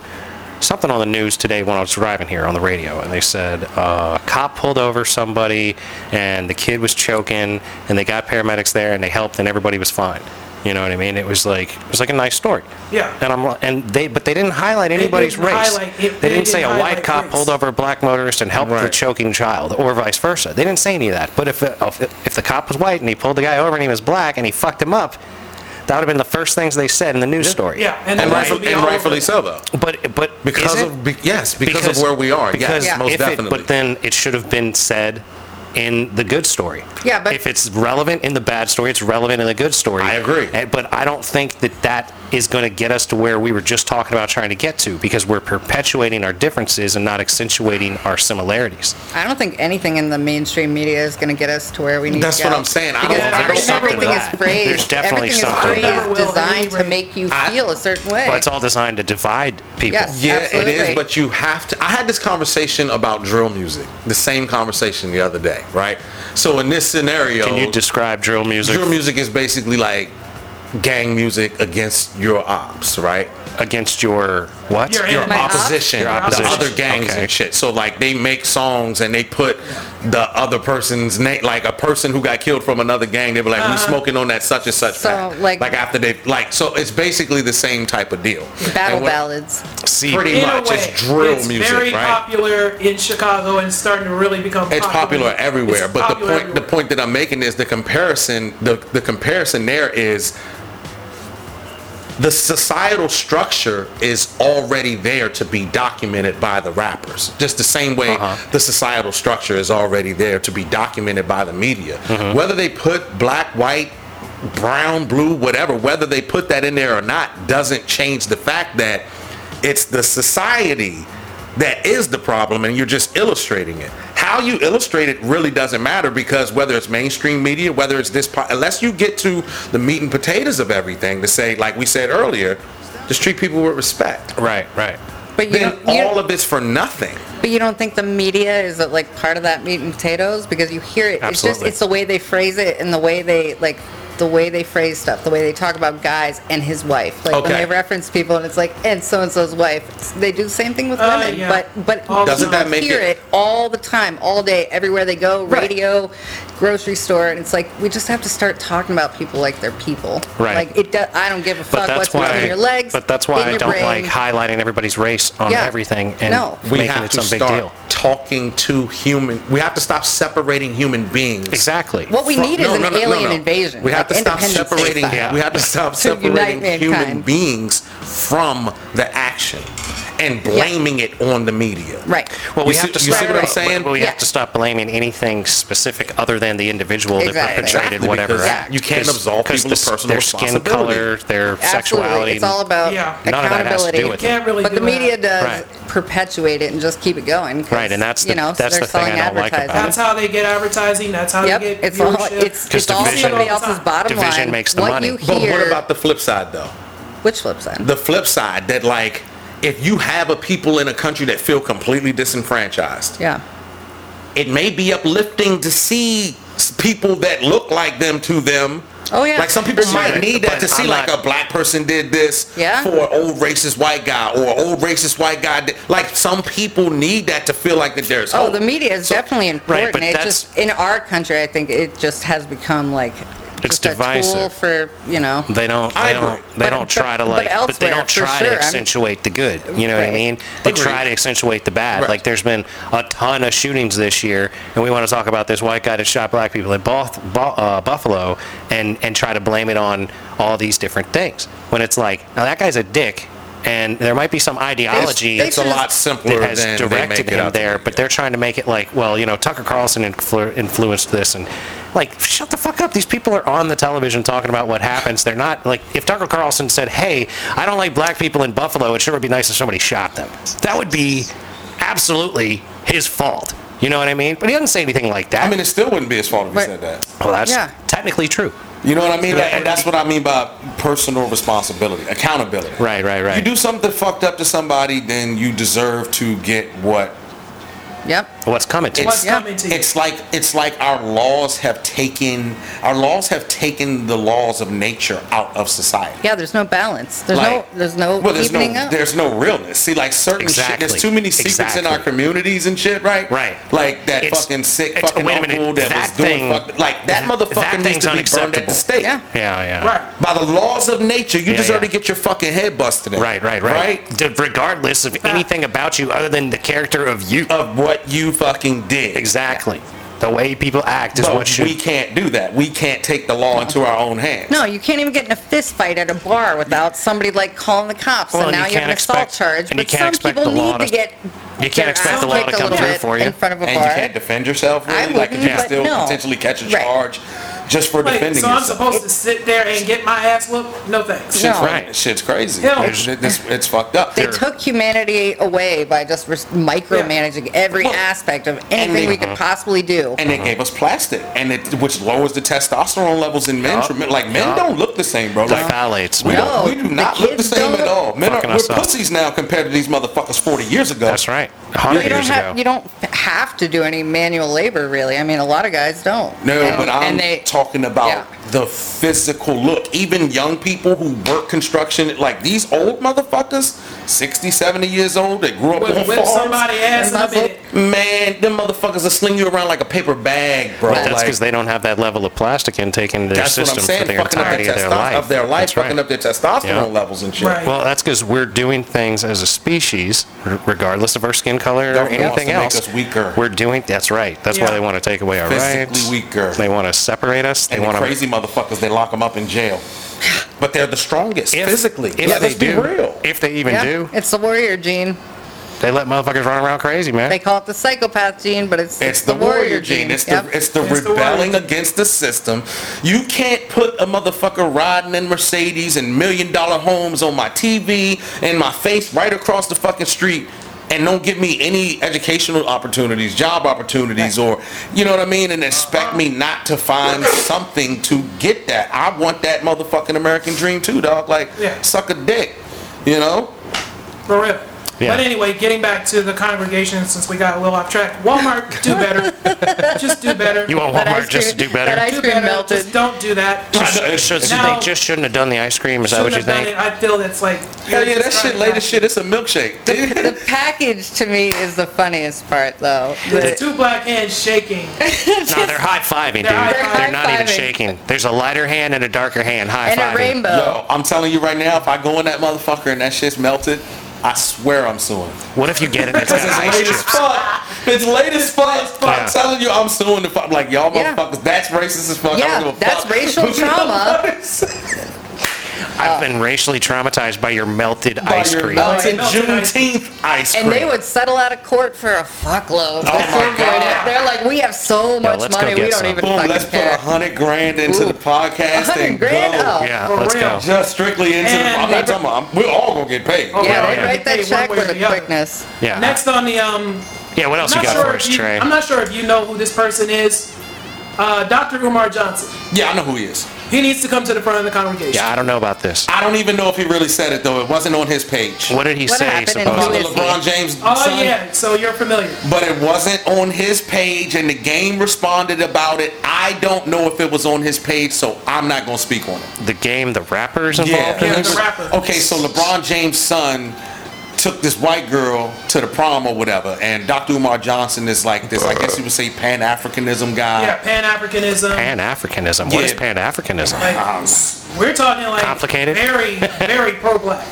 [SPEAKER 1] something on the news today when i was driving here on the radio and they said uh, a cop pulled over somebody and the kid was choking and they got paramedics there and they helped and everybody was fine you know what i mean it was like it was like a nice story
[SPEAKER 2] Yeah.
[SPEAKER 1] and i'm li- and they but they didn't highlight
[SPEAKER 2] They
[SPEAKER 1] anybody's
[SPEAKER 2] didn't
[SPEAKER 1] race
[SPEAKER 2] highlight it.
[SPEAKER 1] they,
[SPEAKER 2] They
[SPEAKER 1] didn't say
[SPEAKER 2] didn't
[SPEAKER 1] a white
[SPEAKER 2] highlight
[SPEAKER 1] cop
[SPEAKER 2] race.
[SPEAKER 1] pulled over a black motorist and helped the
[SPEAKER 4] Right.
[SPEAKER 1] choking child or vice versa they didn't say any of that but if, if if the cop was white and he pulled the guy over and he was black and he fucked him up that would have been the first things they said in the news story
[SPEAKER 2] Yeah, and,
[SPEAKER 4] And,
[SPEAKER 2] the rest
[SPEAKER 4] rightful-
[SPEAKER 2] will be
[SPEAKER 4] and
[SPEAKER 2] all over
[SPEAKER 4] rightfully
[SPEAKER 2] it.
[SPEAKER 4] so, though.
[SPEAKER 1] but but
[SPEAKER 4] Because
[SPEAKER 1] is it?
[SPEAKER 4] of, be- yes, because, of where we are.
[SPEAKER 1] Because
[SPEAKER 4] yes, most
[SPEAKER 1] if
[SPEAKER 4] definitely.
[SPEAKER 1] It, but then it should have been said in the good story.
[SPEAKER 3] Yeah, but-
[SPEAKER 1] if it's relevant in the bad story, it's relevant in the good story.
[SPEAKER 4] I agree.
[SPEAKER 1] And- but I don't think that that is going to get us to where we were just talking about trying to get to because we're perpetuating our differences and not accentuating our similarities.
[SPEAKER 3] I don't think anything in the mainstream media is going to get us to where we need
[SPEAKER 4] That's
[SPEAKER 3] to go.
[SPEAKER 4] what I'm saying. I
[SPEAKER 3] Because
[SPEAKER 4] don't- there's
[SPEAKER 3] every-
[SPEAKER 4] something
[SPEAKER 3] everything
[SPEAKER 1] to
[SPEAKER 3] is
[SPEAKER 1] that.
[SPEAKER 3] phrased.
[SPEAKER 1] There's definitely
[SPEAKER 3] everything
[SPEAKER 1] something to
[SPEAKER 3] is
[SPEAKER 1] that.
[SPEAKER 3] phrased, designed
[SPEAKER 2] Never
[SPEAKER 3] to
[SPEAKER 2] will.
[SPEAKER 3] make you
[SPEAKER 4] I-
[SPEAKER 3] feel a certain way.
[SPEAKER 1] Well, it's all designed to divide people.
[SPEAKER 3] Yes.
[SPEAKER 4] Yeah, it is,
[SPEAKER 3] Absolutely.
[SPEAKER 4] but you have to. I had this conversation about drill music, the same conversation the other day, right? So in this scenario,
[SPEAKER 1] Can you describe drill music
[SPEAKER 4] drill music is basically like gang music against your ops, right?
[SPEAKER 1] against your what?
[SPEAKER 2] Your
[SPEAKER 4] Your
[SPEAKER 2] enemy.
[SPEAKER 3] ops?
[SPEAKER 4] opposition,
[SPEAKER 1] Your
[SPEAKER 4] the
[SPEAKER 1] opposition.
[SPEAKER 4] other gangs
[SPEAKER 1] Okay.
[SPEAKER 4] and shit. So like they make songs and they put the other person's name, like a person who got killed from another gang. They were like, "We smoking on that such and such."
[SPEAKER 3] Uh-huh. So,
[SPEAKER 4] pack."
[SPEAKER 3] like-
[SPEAKER 4] like after they like, so it's basically the same type of deal.
[SPEAKER 3] Battle
[SPEAKER 4] And what-
[SPEAKER 3] ballads.
[SPEAKER 1] See,
[SPEAKER 4] Pretty
[SPEAKER 2] In a
[SPEAKER 4] much,
[SPEAKER 2] way,
[SPEAKER 4] it's drill
[SPEAKER 2] it's
[SPEAKER 4] music,
[SPEAKER 2] very
[SPEAKER 4] right?
[SPEAKER 2] popular in Chicago and starting to really become
[SPEAKER 4] It's popular everywhere,
[SPEAKER 2] It's
[SPEAKER 4] but the point
[SPEAKER 2] popular
[SPEAKER 4] the
[SPEAKER 2] everywhere.
[SPEAKER 4] point that I'm making is the comparison the, the comparison there is the societal structure is already there to be documented by the rappers. Just the same way the societal structure is already there to be documented by the media. Whether they put black, white, brown, blue, whatever, whether they put that in there or not doesn't change the fact that it's the society that is the problem and you're just illustrating it. How how you illustrate it really doesn't matter because whether it's mainstream media, whether it's this, po- unless you get to the meat and potatoes of everything to say, like we said earlier, just treat people with respect.
[SPEAKER 1] Right, right.
[SPEAKER 3] But you,
[SPEAKER 4] Then
[SPEAKER 3] don't, you
[SPEAKER 4] all
[SPEAKER 3] don't,
[SPEAKER 4] of it's for nothing.
[SPEAKER 3] but you don't think the media is uh, like part of that meat and potatoes because you hear it. It's just
[SPEAKER 1] Absolutely.
[SPEAKER 3] it's the way they phrase it and the way they like the way they phrase stuff, the way they talk about guys and his wife. Like when they
[SPEAKER 4] Okay.
[SPEAKER 3] reference people and it's like and so and so's wife. It's- They do the same thing with
[SPEAKER 2] Oh,
[SPEAKER 3] women,
[SPEAKER 2] yeah.
[SPEAKER 3] but but
[SPEAKER 2] All Doesn't
[SPEAKER 3] you
[SPEAKER 4] that make
[SPEAKER 3] hear
[SPEAKER 4] it-
[SPEAKER 3] it all the time, all day, everywhere they go,
[SPEAKER 4] Right.
[SPEAKER 3] radio, grocery store, and it's like we just have to start talking about people like they're people.
[SPEAKER 1] Right.
[SPEAKER 3] Like it. Do, I don't give a
[SPEAKER 1] But
[SPEAKER 3] fuck
[SPEAKER 1] that's
[SPEAKER 3] what's
[SPEAKER 1] why.
[SPEAKER 3] between your legs.
[SPEAKER 1] but that's why
[SPEAKER 3] in
[SPEAKER 1] I
[SPEAKER 3] your
[SPEAKER 1] don't
[SPEAKER 3] brain.
[SPEAKER 1] like highlighting everybody's race on
[SPEAKER 3] Yeah.
[SPEAKER 1] everything and
[SPEAKER 3] No.
[SPEAKER 4] We
[SPEAKER 1] making
[SPEAKER 4] have
[SPEAKER 1] it
[SPEAKER 4] to
[SPEAKER 1] some big
[SPEAKER 4] start
[SPEAKER 1] deal.
[SPEAKER 4] talking to human. We have to stop separating human beings.
[SPEAKER 1] Exactly.
[SPEAKER 3] What we
[SPEAKER 4] from-
[SPEAKER 3] need
[SPEAKER 4] no,
[SPEAKER 3] is an
[SPEAKER 4] no, no, no,
[SPEAKER 3] alien
[SPEAKER 4] no.
[SPEAKER 3] invasion.
[SPEAKER 4] We have
[SPEAKER 3] like
[SPEAKER 4] to stop
[SPEAKER 3] Independence Day
[SPEAKER 4] separating.
[SPEAKER 3] style.
[SPEAKER 1] Yeah.
[SPEAKER 4] We have to
[SPEAKER 3] (laughs)
[SPEAKER 4] stop
[SPEAKER 3] To unite
[SPEAKER 4] separating human
[SPEAKER 3] mankind.
[SPEAKER 4] beings from the action and blaming it on the media.
[SPEAKER 3] Right.
[SPEAKER 1] Well,
[SPEAKER 4] You
[SPEAKER 1] we
[SPEAKER 4] see-
[SPEAKER 1] have to
[SPEAKER 4] you see
[SPEAKER 1] stop,
[SPEAKER 4] what I'm
[SPEAKER 1] but-
[SPEAKER 4] saying?
[SPEAKER 1] but We
[SPEAKER 3] Yeah.
[SPEAKER 1] have to stop blaming anything specific other than the individual
[SPEAKER 3] Exactly.
[SPEAKER 1] that perpetrated
[SPEAKER 4] Exactly,
[SPEAKER 1] whatever
[SPEAKER 4] because
[SPEAKER 1] act.
[SPEAKER 4] you can't
[SPEAKER 1] 'Cause-
[SPEAKER 4] absolve
[SPEAKER 1] 'cause
[SPEAKER 4] people
[SPEAKER 1] the
[SPEAKER 4] of
[SPEAKER 1] s-
[SPEAKER 4] personal
[SPEAKER 1] Their skin
[SPEAKER 4] responsibility.
[SPEAKER 1] color, their
[SPEAKER 3] Absolutely.
[SPEAKER 1] sexuality.
[SPEAKER 3] It's all about
[SPEAKER 2] Yeah.
[SPEAKER 1] None of that has to do
[SPEAKER 3] accountability.
[SPEAKER 1] with it.
[SPEAKER 2] Can't really
[SPEAKER 3] but
[SPEAKER 2] do
[SPEAKER 3] the media
[SPEAKER 2] that.
[SPEAKER 3] does
[SPEAKER 1] Right.
[SPEAKER 3] perpetuate it and just keep it going. 'cause,
[SPEAKER 1] Right, and that's
[SPEAKER 3] you
[SPEAKER 1] the-
[SPEAKER 3] know so
[SPEAKER 1] that's
[SPEAKER 3] they're
[SPEAKER 1] the thing I
[SPEAKER 3] selling
[SPEAKER 1] don't like about
[SPEAKER 3] advertising.
[SPEAKER 2] That's how they get advertising. That's how
[SPEAKER 3] Yep,
[SPEAKER 2] they get
[SPEAKER 3] it's all
[SPEAKER 2] viewership.
[SPEAKER 3] it's, it's
[SPEAKER 1] Because
[SPEAKER 3] all
[SPEAKER 1] division-
[SPEAKER 3] somebody else's bottom
[SPEAKER 1] division
[SPEAKER 3] line.
[SPEAKER 1] makes the
[SPEAKER 3] what
[SPEAKER 1] money.
[SPEAKER 3] you
[SPEAKER 1] But
[SPEAKER 4] But
[SPEAKER 3] hear,
[SPEAKER 4] what about the flip side, though?
[SPEAKER 3] which flips in?
[SPEAKER 4] The flip side that, like, if you have a people in a country that feel completely disenfranchised,
[SPEAKER 3] yeah,
[SPEAKER 4] it may be uplifting to see s- people that look like them to them.
[SPEAKER 3] Oh, yeah.
[SPEAKER 4] Like some people
[SPEAKER 3] Sure.
[SPEAKER 4] might need that
[SPEAKER 1] But
[SPEAKER 4] to see
[SPEAKER 1] I'm
[SPEAKER 4] like
[SPEAKER 1] not-
[SPEAKER 4] a black person did this
[SPEAKER 3] Yeah.
[SPEAKER 4] for an old racist white guy or an old racist white guy. Did. Like some people need that to feel like that there's
[SPEAKER 3] oh,
[SPEAKER 4] hope.
[SPEAKER 3] the media is
[SPEAKER 4] So-
[SPEAKER 3] definitely important.
[SPEAKER 1] but
[SPEAKER 3] it
[SPEAKER 1] that's-
[SPEAKER 3] just in our country, I think it just has become like
[SPEAKER 1] It's
[SPEAKER 3] just a tool
[SPEAKER 1] divisive.
[SPEAKER 3] for you know.
[SPEAKER 1] They don't.
[SPEAKER 4] I
[SPEAKER 1] They
[SPEAKER 4] agree.
[SPEAKER 1] don't. They
[SPEAKER 3] But-
[SPEAKER 1] don't try to
[SPEAKER 3] but-
[SPEAKER 1] like.
[SPEAKER 3] but
[SPEAKER 1] But, they
[SPEAKER 3] elsewhere,
[SPEAKER 1] don't
[SPEAKER 3] for
[SPEAKER 1] try
[SPEAKER 3] sure,
[SPEAKER 1] to
[SPEAKER 3] I'm-
[SPEAKER 1] accentuate the good. You know what I
[SPEAKER 3] Right.
[SPEAKER 1] mean? They
[SPEAKER 4] Agreed.
[SPEAKER 1] try to accentuate the bad.
[SPEAKER 4] Right.
[SPEAKER 1] Like there's been a ton of shootings this year, and we want to talk about this white guy that shot black people in Buff, Bu- uh, Buffalo, and and try to blame it on all these different things. When it's like, now that guy's a dick, and there might be some ideology.
[SPEAKER 3] they
[SPEAKER 4] it's a lot simpler
[SPEAKER 1] that has
[SPEAKER 4] than they
[SPEAKER 1] directed
[SPEAKER 4] make it
[SPEAKER 1] him
[SPEAKER 4] out to
[SPEAKER 1] there,
[SPEAKER 4] be.
[SPEAKER 1] but they're trying to make it like, well, you know, Tucker Carlson influ- influenced this, and like, shut the fuck up. These people are on the television talking about what happens. They're not like, if Tucker Carlson said, "Hey, I don't like black people in Buffalo," it sure would be nice if somebody shot them. That would be absolutely his fault. You know what I mean? But he doesn't say anything like that.
[SPEAKER 4] I mean, it still wouldn't be his fault if he
[SPEAKER 3] But-
[SPEAKER 4] said that.
[SPEAKER 1] well, that's
[SPEAKER 3] Yeah.
[SPEAKER 1] technically true.
[SPEAKER 4] You know what I mean?
[SPEAKER 1] Yeah.
[SPEAKER 4] And that's what I mean by personal responsibility, accountability.
[SPEAKER 1] Right, right, right.
[SPEAKER 4] You do something fucked up to somebody, then you deserve to get what
[SPEAKER 3] Yep.
[SPEAKER 1] What's coming to
[SPEAKER 2] What's
[SPEAKER 1] us?
[SPEAKER 3] Yeah.
[SPEAKER 2] coming to you?
[SPEAKER 4] it's like it's like our laws have taken our laws have taken the laws of nature out of society.
[SPEAKER 3] Yeah. There's no balance. There's
[SPEAKER 4] Like-
[SPEAKER 3] no. There's no
[SPEAKER 4] Well, there's no
[SPEAKER 3] evening up.
[SPEAKER 4] there's no realness. See, like certain
[SPEAKER 1] Exactly.
[SPEAKER 4] shit. There's too many secrets in our
[SPEAKER 1] Exactly.
[SPEAKER 4] communities and shit, right?
[SPEAKER 1] Right.
[SPEAKER 4] Like that
[SPEAKER 1] It's-
[SPEAKER 4] fucking sick
[SPEAKER 1] it's-
[SPEAKER 4] fucking
[SPEAKER 1] wait a minute,
[SPEAKER 4] uncle that,
[SPEAKER 1] that
[SPEAKER 4] was doing
[SPEAKER 1] thing-
[SPEAKER 4] fuck- like that
[SPEAKER 1] that
[SPEAKER 4] motherfucker needs
[SPEAKER 1] thing's
[SPEAKER 4] to be burned at the
[SPEAKER 1] unacceptable.
[SPEAKER 4] stake.
[SPEAKER 3] Yeah.
[SPEAKER 1] Yeah, yeah.
[SPEAKER 2] right.
[SPEAKER 4] By the laws of nature, you
[SPEAKER 1] Yeah,
[SPEAKER 4] deserve
[SPEAKER 1] yeah.
[SPEAKER 4] to get your fucking head busted. in.
[SPEAKER 1] Right, right, right.
[SPEAKER 4] Right.
[SPEAKER 1] D- Regardless of anything about you other than the character of you.
[SPEAKER 4] Of what you fucking did.
[SPEAKER 1] Exactly. The way people act is
[SPEAKER 4] But
[SPEAKER 1] what should.
[SPEAKER 4] we can't do that. We can't take the law into our own hands.
[SPEAKER 3] No, you can't even get in a fist fight at a bar without somebody like calling the cops.
[SPEAKER 1] Well,
[SPEAKER 3] and
[SPEAKER 1] and
[SPEAKER 3] now
[SPEAKER 1] you
[SPEAKER 3] you have an
[SPEAKER 1] can't
[SPEAKER 3] assault
[SPEAKER 1] expect-
[SPEAKER 3] charge.
[SPEAKER 1] and you
[SPEAKER 3] But
[SPEAKER 1] can't
[SPEAKER 3] some
[SPEAKER 1] expect
[SPEAKER 3] people
[SPEAKER 1] the law
[SPEAKER 3] need to
[SPEAKER 1] to-
[SPEAKER 3] get
[SPEAKER 1] You can't
[SPEAKER 3] their
[SPEAKER 1] expect
[SPEAKER 3] ass
[SPEAKER 1] the law to
[SPEAKER 3] kicked a
[SPEAKER 1] come
[SPEAKER 3] little
[SPEAKER 1] through
[SPEAKER 3] bit
[SPEAKER 1] for you.
[SPEAKER 3] in front of a
[SPEAKER 4] and
[SPEAKER 3] bar.
[SPEAKER 4] you can't defend yourself. Really?
[SPEAKER 3] I
[SPEAKER 4] like you
[SPEAKER 3] wouldn't,
[SPEAKER 4] can
[SPEAKER 3] but
[SPEAKER 4] still
[SPEAKER 3] no.
[SPEAKER 4] potentially catch a
[SPEAKER 3] Right.
[SPEAKER 4] charge just for
[SPEAKER 2] Wait,
[SPEAKER 4] defending
[SPEAKER 2] so I'm
[SPEAKER 4] yourself.
[SPEAKER 2] supposed to sit there and get my ass whooped? No thanks.
[SPEAKER 3] No.
[SPEAKER 4] Shit's
[SPEAKER 1] Right.
[SPEAKER 4] right. Shit's crazy.
[SPEAKER 2] Yeah.
[SPEAKER 4] It's, it's, it's fucked up.
[SPEAKER 3] They took humanity away by just res- micromanaging every
[SPEAKER 4] Well,
[SPEAKER 3] aspect of anything
[SPEAKER 4] they-
[SPEAKER 3] we could possibly do.
[SPEAKER 4] and they
[SPEAKER 1] Uh-huh.
[SPEAKER 4] gave us plastic, and it which lowers the testosterone levels in men.
[SPEAKER 1] Yup.
[SPEAKER 4] tremen- Like men
[SPEAKER 1] Yup.
[SPEAKER 4] don't look the same, bro.
[SPEAKER 1] The
[SPEAKER 4] Like,
[SPEAKER 1] phalates,
[SPEAKER 4] We,
[SPEAKER 1] man.
[SPEAKER 3] No,
[SPEAKER 4] don't, we do
[SPEAKER 3] the
[SPEAKER 4] not look the
[SPEAKER 3] kids
[SPEAKER 4] same
[SPEAKER 3] don't
[SPEAKER 4] at all. Men are
[SPEAKER 1] Fucking
[SPEAKER 4] we're
[SPEAKER 1] us up.
[SPEAKER 4] pussies now compared to these motherfuckers 40 years ago.
[SPEAKER 1] That's right. A
[SPEAKER 3] you
[SPEAKER 1] hundred
[SPEAKER 3] don't
[SPEAKER 1] years
[SPEAKER 3] have you
[SPEAKER 1] ago.
[SPEAKER 3] don't have to do any manual labor really. I mean, a lot of guys don't.
[SPEAKER 4] No,
[SPEAKER 3] and,
[SPEAKER 4] but I'm
[SPEAKER 3] and they
[SPEAKER 4] talking about
[SPEAKER 3] yeah.
[SPEAKER 4] the physical look. Even young people who work construction, like these old motherfuckers, 60, 70 years old, that grew up
[SPEAKER 2] Whip,
[SPEAKER 4] on
[SPEAKER 2] whip
[SPEAKER 4] farms.
[SPEAKER 2] somebody ass in a
[SPEAKER 3] Muzzle.
[SPEAKER 2] minute.
[SPEAKER 4] Man, them motherfuckers will sling you around like a paper bag, bro.
[SPEAKER 1] But that's
[SPEAKER 4] Like,
[SPEAKER 1] because they don't have that level of plastic intake into their
[SPEAKER 4] that's what I'm
[SPEAKER 1] system
[SPEAKER 4] saying.
[SPEAKER 1] for the
[SPEAKER 4] Fucking up their,
[SPEAKER 1] entirety of their
[SPEAKER 4] testo-
[SPEAKER 1] life.
[SPEAKER 4] of their life,
[SPEAKER 1] That's
[SPEAKER 4] fucking
[SPEAKER 1] right.
[SPEAKER 4] up their testosterone
[SPEAKER 1] Yeah.
[SPEAKER 4] levels and shit.
[SPEAKER 2] Right.
[SPEAKER 1] Well, that's because we're doing things as a species, r- regardless of our skin color or
[SPEAKER 4] Government wants
[SPEAKER 1] anything
[SPEAKER 4] to make
[SPEAKER 1] else.
[SPEAKER 4] us weaker.
[SPEAKER 1] We're doing. That's right. That's
[SPEAKER 2] Yeah.
[SPEAKER 1] why they want to take away our
[SPEAKER 4] Physically
[SPEAKER 1] rights.
[SPEAKER 4] weaker.
[SPEAKER 1] They want to separate us. They
[SPEAKER 4] And the
[SPEAKER 1] want to
[SPEAKER 4] crazy motherfuckers, they lock them up in jail. But they're the strongest
[SPEAKER 1] if,
[SPEAKER 4] physically.
[SPEAKER 1] If
[SPEAKER 4] Yeah,
[SPEAKER 1] they
[SPEAKER 4] let's
[SPEAKER 1] do,
[SPEAKER 4] be real.
[SPEAKER 1] if they even
[SPEAKER 3] yeah,
[SPEAKER 1] do,
[SPEAKER 3] It's the warrior gene.
[SPEAKER 1] they let motherfuckers run around crazy, man.
[SPEAKER 3] They call it the psychopath gene, but it's
[SPEAKER 4] It's the warrior gene. It's the
[SPEAKER 3] Yep.
[SPEAKER 4] it's the
[SPEAKER 2] It's the
[SPEAKER 4] rebelling
[SPEAKER 2] warrior.
[SPEAKER 4] against the system. You can't put a motherfucker riding in Mercedes and million dollar homes on my TV and my face right across the fucking street and don't give me any educational opportunities, job opportunities, or you know what I mean, and expect me not to find something to get that. I want that motherfucking American dream too, dog. Like
[SPEAKER 2] Yeah.
[SPEAKER 4] suck a dick, you know.
[SPEAKER 2] For real.
[SPEAKER 1] Yeah.
[SPEAKER 2] But anyway, getting back to the congregation since we got a little off track. Walmart, do
[SPEAKER 1] (laughs)
[SPEAKER 2] better. just do better.
[SPEAKER 1] You want
[SPEAKER 3] That
[SPEAKER 1] Walmart
[SPEAKER 3] ice
[SPEAKER 1] just to
[SPEAKER 3] cream-
[SPEAKER 1] do better?
[SPEAKER 3] that ice
[SPEAKER 2] do
[SPEAKER 3] cream
[SPEAKER 2] better.
[SPEAKER 3] melted.
[SPEAKER 2] Just don't do that.
[SPEAKER 1] Just- it's just-
[SPEAKER 2] Now-
[SPEAKER 1] they just shouldn't have done the ice cream. Is that what you
[SPEAKER 2] Shouldn't have done
[SPEAKER 1] think?
[SPEAKER 2] it. I feel that's like.
[SPEAKER 4] Hell yeah, that shit, latest shit. It's a milkshake. dude.
[SPEAKER 3] The package to me is the funniest part, though.
[SPEAKER 2] The
[SPEAKER 3] The-
[SPEAKER 2] two black hands shaking.
[SPEAKER 1] No, they're high fiving, dude.
[SPEAKER 2] They're high
[SPEAKER 1] They're not even
[SPEAKER 3] fiving.
[SPEAKER 1] shaking. There's a lighter hand and a darker hand. High
[SPEAKER 3] and a
[SPEAKER 1] fiving.
[SPEAKER 3] rainbow.
[SPEAKER 4] Yo, I'm telling you right now, if I go in that motherfucker and that shit's melted, I swear I'm suing.
[SPEAKER 1] What if you get it? and It's got
[SPEAKER 4] It's
[SPEAKER 1] ice
[SPEAKER 4] late as
[SPEAKER 1] chips.
[SPEAKER 4] fuck. It's late as fuck.
[SPEAKER 1] Yeah.
[SPEAKER 4] I'm telling you, I'm suing the fuck. Like y'all
[SPEAKER 3] Yeah.
[SPEAKER 4] motherfuckers, that's racist as fuck. I
[SPEAKER 3] Yeah,
[SPEAKER 4] don't give a
[SPEAKER 3] that's
[SPEAKER 4] fuck.
[SPEAKER 3] racial trauma.
[SPEAKER 1] I've been racially traumatized by your melted
[SPEAKER 4] By
[SPEAKER 1] ice
[SPEAKER 4] your
[SPEAKER 1] cream.
[SPEAKER 4] Melted
[SPEAKER 2] Melted ice
[SPEAKER 4] Juneteenth ice cream.
[SPEAKER 3] And they would settle out of court for a fuckload.
[SPEAKER 4] Oh
[SPEAKER 3] That's
[SPEAKER 4] my
[SPEAKER 3] what they're-
[SPEAKER 4] God.
[SPEAKER 3] They're like, we have so much
[SPEAKER 1] let's go
[SPEAKER 3] money, we
[SPEAKER 1] get
[SPEAKER 3] don't
[SPEAKER 1] some.
[SPEAKER 3] even
[SPEAKER 4] Boom,
[SPEAKER 3] fucking
[SPEAKER 4] let's put
[SPEAKER 3] care.
[SPEAKER 4] a hundred grand into
[SPEAKER 3] Ooh.
[SPEAKER 4] the podcast
[SPEAKER 3] 100
[SPEAKER 4] and
[SPEAKER 3] grand?
[SPEAKER 4] go.
[SPEAKER 3] Oh.
[SPEAKER 1] yeah,
[SPEAKER 2] For
[SPEAKER 1] let's
[SPEAKER 2] real.
[SPEAKER 1] go.
[SPEAKER 4] Just strictly into.
[SPEAKER 2] And
[SPEAKER 4] the, I'm
[SPEAKER 2] they-
[SPEAKER 4] not talking about. I'm- We're all gonna get paid.
[SPEAKER 2] Oh,
[SPEAKER 3] Yeah,
[SPEAKER 1] Yeah,
[SPEAKER 3] they
[SPEAKER 1] yeah.
[SPEAKER 3] write that
[SPEAKER 2] Hey, one
[SPEAKER 3] check
[SPEAKER 2] way or
[SPEAKER 3] with a
[SPEAKER 2] the other.
[SPEAKER 3] quickness.
[SPEAKER 1] Yeah.
[SPEAKER 2] Next on the um,
[SPEAKER 1] yeah. What else
[SPEAKER 2] I'm
[SPEAKER 1] you got
[SPEAKER 2] not sure
[SPEAKER 1] for
[SPEAKER 2] if
[SPEAKER 1] us,
[SPEAKER 2] you-
[SPEAKER 1] Trey?
[SPEAKER 2] I'm not sure if you know who this person is. Uh, Dr. Umar Johnson.
[SPEAKER 4] Yeah, I know who he is.
[SPEAKER 2] He needs to come to the front of the congregation.
[SPEAKER 1] yeah, I don't know about this.
[SPEAKER 4] I don't even know if he really said it though. It wasn't on his page.
[SPEAKER 1] What did he
[SPEAKER 3] What
[SPEAKER 1] say?
[SPEAKER 3] happened in
[SPEAKER 4] About
[SPEAKER 1] Supposedly,
[SPEAKER 4] the
[SPEAKER 3] Who is he?
[SPEAKER 4] LeBron James.
[SPEAKER 2] Oh
[SPEAKER 4] son?
[SPEAKER 2] yeah, so you're familiar.
[SPEAKER 4] but it wasn't on his page and the game responded about it. I don't know if it was on his page, so I'm not going to speak on it.
[SPEAKER 1] the game, the rappers involved.
[SPEAKER 2] Yeah,
[SPEAKER 1] in
[SPEAKER 2] the
[SPEAKER 1] this?
[SPEAKER 2] rapper.
[SPEAKER 4] Okay, so LeBron James' son took this white girl to the prom or whatever, and Dr. Umar Johnson is like this, I guess you would say Pan Africanism guy.
[SPEAKER 2] Yeah, Pan Africanism.
[SPEAKER 1] Pan Africanism. What is
[SPEAKER 4] Yeah.
[SPEAKER 1] Pan Africanism?
[SPEAKER 4] uh,
[SPEAKER 2] Like,
[SPEAKER 4] Um,
[SPEAKER 2] we're talking like
[SPEAKER 1] Complicated?
[SPEAKER 2] very, very pro-black.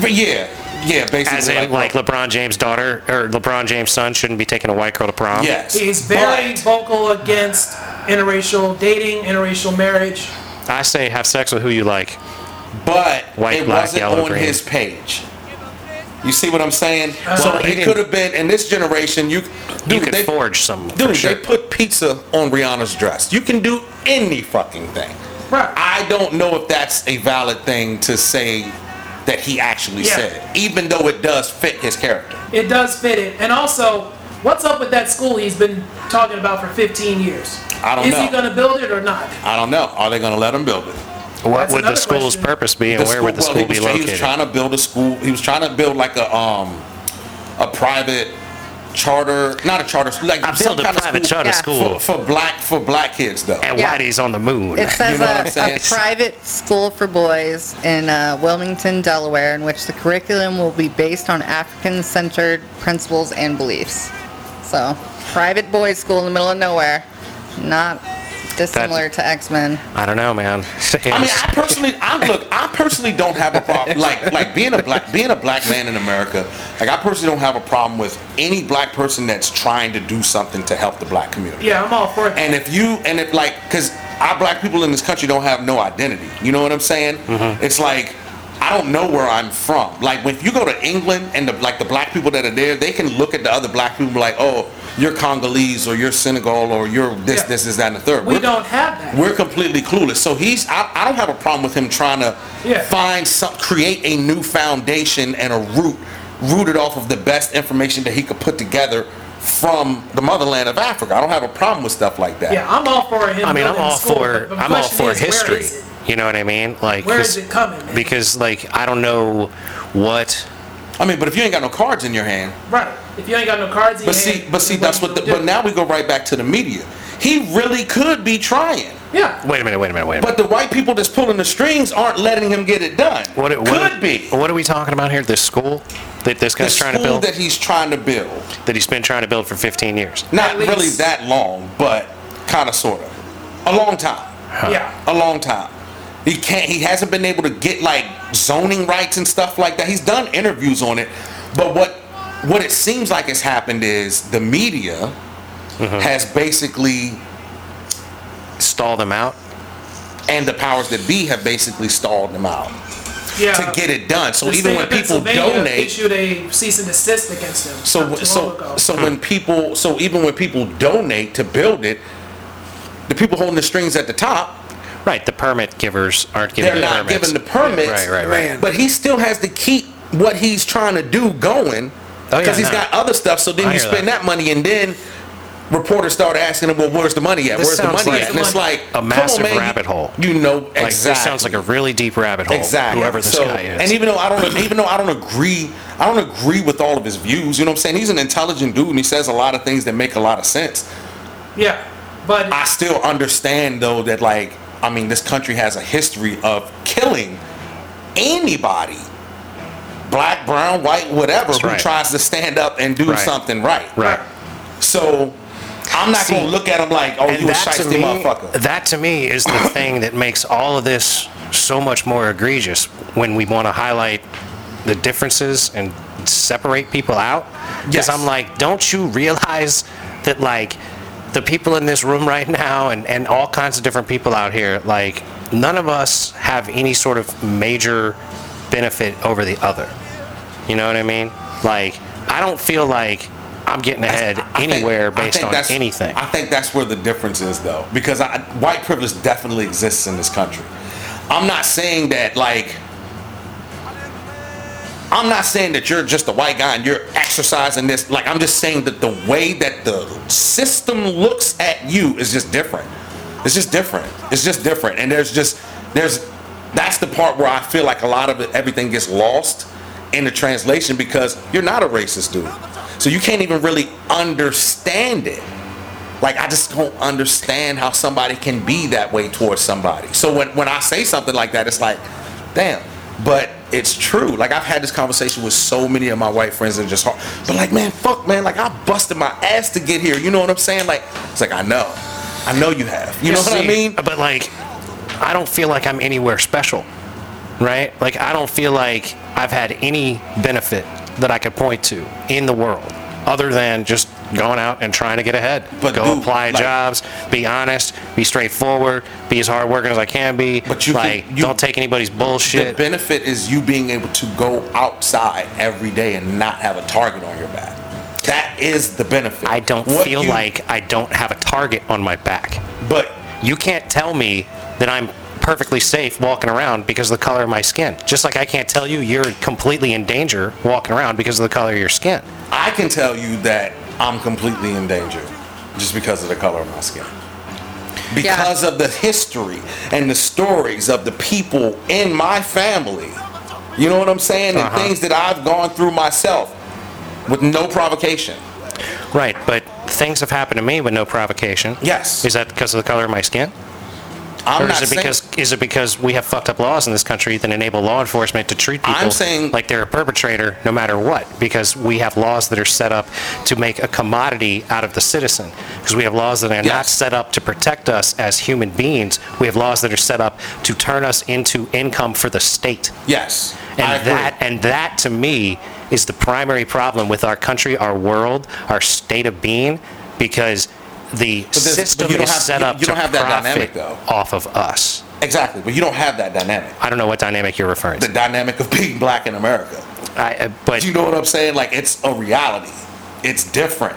[SPEAKER 4] But yeah, yeah, basically.
[SPEAKER 1] As in, like LeBron James' daughter or LeBron James' son shouldn't be taking a white girl to prom.
[SPEAKER 4] yes.
[SPEAKER 2] He's very
[SPEAKER 4] But-
[SPEAKER 2] vocal against interracial dating, interracial marriage.
[SPEAKER 1] I say have sex with who you like.
[SPEAKER 4] but
[SPEAKER 1] White,
[SPEAKER 4] it
[SPEAKER 1] black,
[SPEAKER 4] wasn't
[SPEAKER 1] yellow,
[SPEAKER 4] on
[SPEAKER 1] green.
[SPEAKER 4] his page. You see what I'm saying? so
[SPEAKER 1] he
[SPEAKER 4] it
[SPEAKER 1] didn't-
[SPEAKER 4] could have been in this generation. You,
[SPEAKER 1] You
[SPEAKER 4] dude,
[SPEAKER 1] could
[SPEAKER 4] they-
[SPEAKER 1] forge some.
[SPEAKER 4] Dude,
[SPEAKER 1] for sure.
[SPEAKER 4] they put pizza on Rihanna's dress. You can do any fucking thing.
[SPEAKER 2] Right.
[SPEAKER 4] I don't know if that's a valid thing to say that he actually
[SPEAKER 2] Yeah.
[SPEAKER 4] said, even though it does fit his character.
[SPEAKER 2] It does fit it. And also, what's up with that school he's been talking about for 15 years?
[SPEAKER 4] I don't
[SPEAKER 2] Is he
[SPEAKER 4] know.
[SPEAKER 2] going to build it or not?
[SPEAKER 4] I don't know. Are they going to let him build it?
[SPEAKER 1] what
[SPEAKER 2] That's
[SPEAKER 1] would the
[SPEAKER 2] another
[SPEAKER 1] school's
[SPEAKER 2] question.
[SPEAKER 1] purpose be, and
[SPEAKER 4] The
[SPEAKER 1] where would the
[SPEAKER 4] well,
[SPEAKER 1] school
[SPEAKER 4] he was,
[SPEAKER 1] be
[SPEAKER 4] try- He
[SPEAKER 1] located?
[SPEAKER 4] was trying to build a school. He was trying to build like a um a private charter, not a charter school, like
[SPEAKER 1] I
[SPEAKER 4] some
[SPEAKER 1] built a
[SPEAKER 4] kind of
[SPEAKER 1] private
[SPEAKER 4] school
[SPEAKER 1] charter
[SPEAKER 3] Yeah.
[SPEAKER 1] school,
[SPEAKER 4] for, for black for black kids though.
[SPEAKER 1] and
[SPEAKER 3] Yeah.
[SPEAKER 1] Whitey's on the moon.
[SPEAKER 3] It says
[SPEAKER 4] know what I'm
[SPEAKER 3] uh, a,
[SPEAKER 4] saying?
[SPEAKER 3] private school for boys in uh, Wilmington, Delaware, in which the curriculum will be based on African-centered principles and beliefs. So, private boys' school in the middle of nowhere, not dissimilar to X-Men.
[SPEAKER 1] I don't know, man.
[SPEAKER 4] I mean, I personally, I look, I personally don't have
[SPEAKER 2] (laughs)
[SPEAKER 4] a problem like like being a black being a black man in America. Like I personally don't have a problem with any black person that's trying to do something to help the black community.
[SPEAKER 2] Yeah, I'm all for it.
[SPEAKER 4] And if you and if like, cause our black people in this country don't have no identity. You know what I'm saying?
[SPEAKER 2] Mm-hmm.
[SPEAKER 4] It's like I don't know where I'm from. Like if you go to England and the like the black people that are there, they can look at the other black people like, oh, you're Congolese or you're Senegal or you're this,
[SPEAKER 2] Yeah.
[SPEAKER 4] this, this, that, and the third.
[SPEAKER 2] we
[SPEAKER 4] We're-
[SPEAKER 2] don't have that.
[SPEAKER 4] we're completely clueless. So he's I, I don't have a problem with him trying to
[SPEAKER 2] Yeah.
[SPEAKER 4] find some create a new foundation and a root rooted off of the best information that he could put together from the motherland of Africa. I don't have a problem with stuff like that.
[SPEAKER 2] yeah, I'm all for him.
[SPEAKER 1] I mean, I'm
[SPEAKER 2] building
[SPEAKER 1] all
[SPEAKER 2] the school,
[SPEAKER 1] for
[SPEAKER 2] but the
[SPEAKER 1] I'm all
[SPEAKER 2] question
[SPEAKER 1] for
[SPEAKER 2] is, where
[SPEAKER 1] history.
[SPEAKER 2] is it?
[SPEAKER 1] You know what I mean? Like,
[SPEAKER 2] Where is
[SPEAKER 1] 'cause-
[SPEAKER 2] it coming, man?
[SPEAKER 1] Because like I don't know what.
[SPEAKER 4] I mean, but if you ain't got no cards in your hand,
[SPEAKER 2] Right. If you ain't got no cards in
[SPEAKER 4] but
[SPEAKER 2] your
[SPEAKER 4] see,
[SPEAKER 2] hand,
[SPEAKER 4] but see,
[SPEAKER 2] what
[SPEAKER 4] that's
[SPEAKER 2] you
[SPEAKER 4] what. The,
[SPEAKER 2] gonna
[SPEAKER 4] but
[SPEAKER 2] do?
[SPEAKER 4] now we go right back to the media. He really could be trying,
[SPEAKER 2] Yeah.
[SPEAKER 1] Wait a minute. Wait a minute. Wait a minute.
[SPEAKER 4] but the white people that's pulling the strings aren't letting him get it done.
[SPEAKER 1] What it
[SPEAKER 4] could
[SPEAKER 1] what,
[SPEAKER 4] be?
[SPEAKER 1] What are we talking about here? This school that this
[SPEAKER 4] The
[SPEAKER 1] guy's
[SPEAKER 4] school
[SPEAKER 1] trying to build
[SPEAKER 4] that
[SPEAKER 1] that,
[SPEAKER 4] he's trying to build.
[SPEAKER 1] he's been trying to build for 15 years.
[SPEAKER 4] not
[SPEAKER 2] At least-
[SPEAKER 4] really that long, but kind of, sort of, a long time,
[SPEAKER 2] Yeah.
[SPEAKER 4] a long time. He can't. He hasn't been able to get like zoning rights and stuff like that. He's done interviews on it, but what what it seems like has happened is the media
[SPEAKER 2] Mm-hmm.
[SPEAKER 4] has basically
[SPEAKER 1] Stall them out.
[SPEAKER 4] and the powers that be have basically stalled them out
[SPEAKER 2] Yeah.
[SPEAKER 4] to get it done. So
[SPEAKER 2] The
[SPEAKER 4] even
[SPEAKER 2] state
[SPEAKER 4] when
[SPEAKER 2] of
[SPEAKER 4] people
[SPEAKER 2] Pennsylvania
[SPEAKER 4] donate,
[SPEAKER 2] issued a cease and desist against him.
[SPEAKER 4] So
[SPEAKER 2] not too long
[SPEAKER 4] so
[SPEAKER 2] ago. Hmm.
[SPEAKER 4] so when people so even when people donate to build it, the people holding the strings at the top
[SPEAKER 1] Right. The permit givers aren't giving
[SPEAKER 4] they're
[SPEAKER 1] the
[SPEAKER 4] not
[SPEAKER 1] permits.
[SPEAKER 4] giving the permits.
[SPEAKER 1] Right, right, right.
[SPEAKER 4] But he still has to keep what he's trying to do going
[SPEAKER 1] Oh, yeah,
[SPEAKER 4] Because he's
[SPEAKER 1] no.
[SPEAKER 4] got other stuff. So
[SPEAKER 1] I
[SPEAKER 4] then
[SPEAKER 1] hear
[SPEAKER 4] you spend that. money, and then reporters start asking him, "Well, where's the money at?
[SPEAKER 1] This
[SPEAKER 4] where's the
[SPEAKER 1] sounds
[SPEAKER 4] money
[SPEAKER 1] like
[SPEAKER 4] at?" And it's like
[SPEAKER 1] a
[SPEAKER 4] come on,
[SPEAKER 1] massive
[SPEAKER 4] man, you-
[SPEAKER 1] rabbit hole.
[SPEAKER 4] You know exactly.
[SPEAKER 1] Like, this sounds like a really deep rabbit hole.
[SPEAKER 4] Exactly.
[SPEAKER 1] Whoever this
[SPEAKER 4] So-
[SPEAKER 1] guy is.
[SPEAKER 4] And even though I don't, even though I don't agree, I don't agree with all of his views. You know what I'm saying? He's an intelligent dude, and he says a lot of things that make a lot of sense.
[SPEAKER 2] Yeah, but
[SPEAKER 4] I still understand though that like, I mean, this country has a history of killing anybody, black, brown, white, whatever, who
[SPEAKER 1] right.
[SPEAKER 4] tries to stand up and do
[SPEAKER 1] Right.
[SPEAKER 4] something right.
[SPEAKER 1] right.
[SPEAKER 4] So. I'm not
[SPEAKER 1] See,
[SPEAKER 4] gonna look at him like, oh,
[SPEAKER 1] and
[SPEAKER 4] you a
[SPEAKER 1] that to
[SPEAKER 4] shiesty
[SPEAKER 1] me,
[SPEAKER 4] motherfucker.
[SPEAKER 1] that to me is
[SPEAKER 4] (coughs)
[SPEAKER 1] the thing that makes all of this so much more egregious when we want to highlight the differences and separate people out. Because
[SPEAKER 4] Yes.
[SPEAKER 1] I'm like, don't you realize that like the people in this room right now and, and all kinds of different people out here, like none of us have any sort of major benefit over the other. You know what I mean? Like, I don't feel like I'm getting ahead
[SPEAKER 4] I think-
[SPEAKER 1] anywhere
[SPEAKER 4] I
[SPEAKER 1] based
[SPEAKER 4] think
[SPEAKER 1] on
[SPEAKER 4] that's-
[SPEAKER 1] anything.
[SPEAKER 4] I think that's where the difference is, though, because I, white privilege definitely exists in this country. I'm not saying that, like, I'm not saying that you're just a white guy and you're exercising this. Like, I'm just saying that the way that the system looks at you is just different. It's just different. It's just different. And there's just, there's, that's the part where I feel like a lot of it, everything gets lost in the translation because you're not a racist dude. So you can't even really understand it. Like I just don't understand how somebody can be that way towards somebody. So when, when I say something like that, it's like, damn. But it's true. Like I've had this conversation with so many of my white friends and just hard. But like, man, fuck, man. Like I busted my ass to get here. You know what I'm saying? Like it's like I know, I know you have. You know what I
[SPEAKER 1] See,
[SPEAKER 4] mean?
[SPEAKER 1] But like, I don't feel like I'm anywhere special, right? Like, I don't feel like I've had any benefit that I could point to in the world other than just going out and trying to get ahead.
[SPEAKER 4] But
[SPEAKER 1] Go
[SPEAKER 4] dude,
[SPEAKER 1] apply
[SPEAKER 4] like-
[SPEAKER 1] jobs, be honest, be straightforward, be as hardworking as I can be.
[SPEAKER 4] But you can-
[SPEAKER 1] like,
[SPEAKER 4] you-
[SPEAKER 1] don't take anybody's bullshit.
[SPEAKER 4] The benefit is you being able to go outside every day and not have a target on your back. That is the benefit.
[SPEAKER 1] I don't
[SPEAKER 4] What
[SPEAKER 1] feel
[SPEAKER 4] you-
[SPEAKER 1] like I don't have a target on my back.
[SPEAKER 4] But
[SPEAKER 1] You can't tell me that I'm perfectly safe walking around because of the color of my skin. Just like I can't tell you you're completely in danger walking around because of the color of your skin.
[SPEAKER 4] I can tell you that I'm completely in danger just because of the color of my skin. Because of the history and the stories of the people in my family. You know what I'm saying?
[SPEAKER 1] Uh-huh.
[SPEAKER 4] And things that I've gone through myself with no provocation.
[SPEAKER 1] Right, but things have happened to me with no provocation.
[SPEAKER 4] Yes.
[SPEAKER 1] Is that because of the color of my skin?
[SPEAKER 4] I'm
[SPEAKER 1] or
[SPEAKER 4] not
[SPEAKER 1] is it
[SPEAKER 4] saying-
[SPEAKER 1] because is it because we have fucked up laws in this country that enable law enforcement to treat people
[SPEAKER 4] I'm saying-
[SPEAKER 1] like they're a perpetrator no matter what? Because we have laws that are set up to make a commodity out of the citizen. Because we have laws that are not
[SPEAKER 4] Yes.
[SPEAKER 1] set up to protect us as human beings. We have laws that are set up to turn us into income for the state.
[SPEAKER 4] Yes.
[SPEAKER 1] And
[SPEAKER 4] I agree.
[SPEAKER 1] that and that to me is the primary problem with our country, our world, our state of being, because the
[SPEAKER 4] there's- but
[SPEAKER 1] system
[SPEAKER 4] you don't
[SPEAKER 1] is
[SPEAKER 4] have-
[SPEAKER 1] set
[SPEAKER 4] you-
[SPEAKER 1] up
[SPEAKER 4] you
[SPEAKER 1] to
[SPEAKER 4] don't have that
[SPEAKER 1] profit
[SPEAKER 4] dynamic, though.
[SPEAKER 1] off of us.
[SPEAKER 4] Exactly. But you don't have that dynamic.
[SPEAKER 1] I don't know what dynamic you're referring
[SPEAKER 4] The
[SPEAKER 1] to.
[SPEAKER 4] dynamic of being black in America.
[SPEAKER 1] I, uh, but
[SPEAKER 4] you know what I'm saying? Like it's a reality. It's different.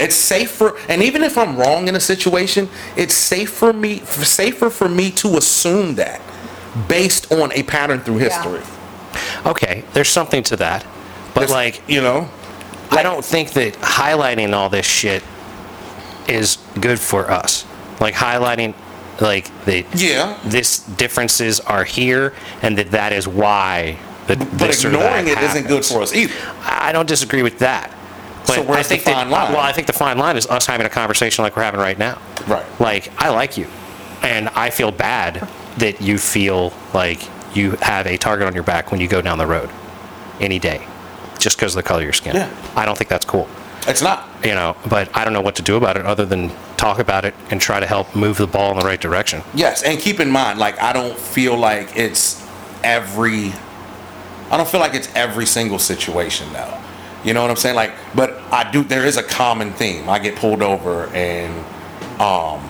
[SPEAKER 4] It's safer, and even if I'm wrong in a situation, it's safe for me, safer for me to assume that, based on a pattern through history.
[SPEAKER 1] okay, there's something to that. But
[SPEAKER 4] That's-
[SPEAKER 1] like,
[SPEAKER 4] you know,
[SPEAKER 1] I don't think that highlighting all this shit is good for us. Like highlighting, like the
[SPEAKER 4] Yeah.
[SPEAKER 1] this differences are here, and that that is why. That
[SPEAKER 4] but
[SPEAKER 1] this or that
[SPEAKER 4] ignoring it not good
[SPEAKER 1] happens.
[SPEAKER 4] for us either.
[SPEAKER 1] I don't disagree with that. But
[SPEAKER 4] So where's
[SPEAKER 1] I think
[SPEAKER 4] the
[SPEAKER 1] that-
[SPEAKER 4] fine line?
[SPEAKER 1] Well, I think the fine line is us having a conversation like we're having right now.
[SPEAKER 4] Right.
[SPEAKER 1] Like I like you, and I feel bad that you feel like you have a target on your back when you go down the road, any day, just because of the color of your skin.
[SPEAKER 4] Yeah.
[SPEAKER 1] I don't think that's cool.
[SPEAKER 4] It's not.
[SPEAKER 1] You know, but I don't know what to do about it other than talk about it and try to help move the ball in the right direction.
[SPEAKER 4] Yes, and keep in mind, like I don't feel like it's every. I don't feel like it's every single situation though. You know what I'm saying? Like, but I do. There is a common theme. I get pulled over and um,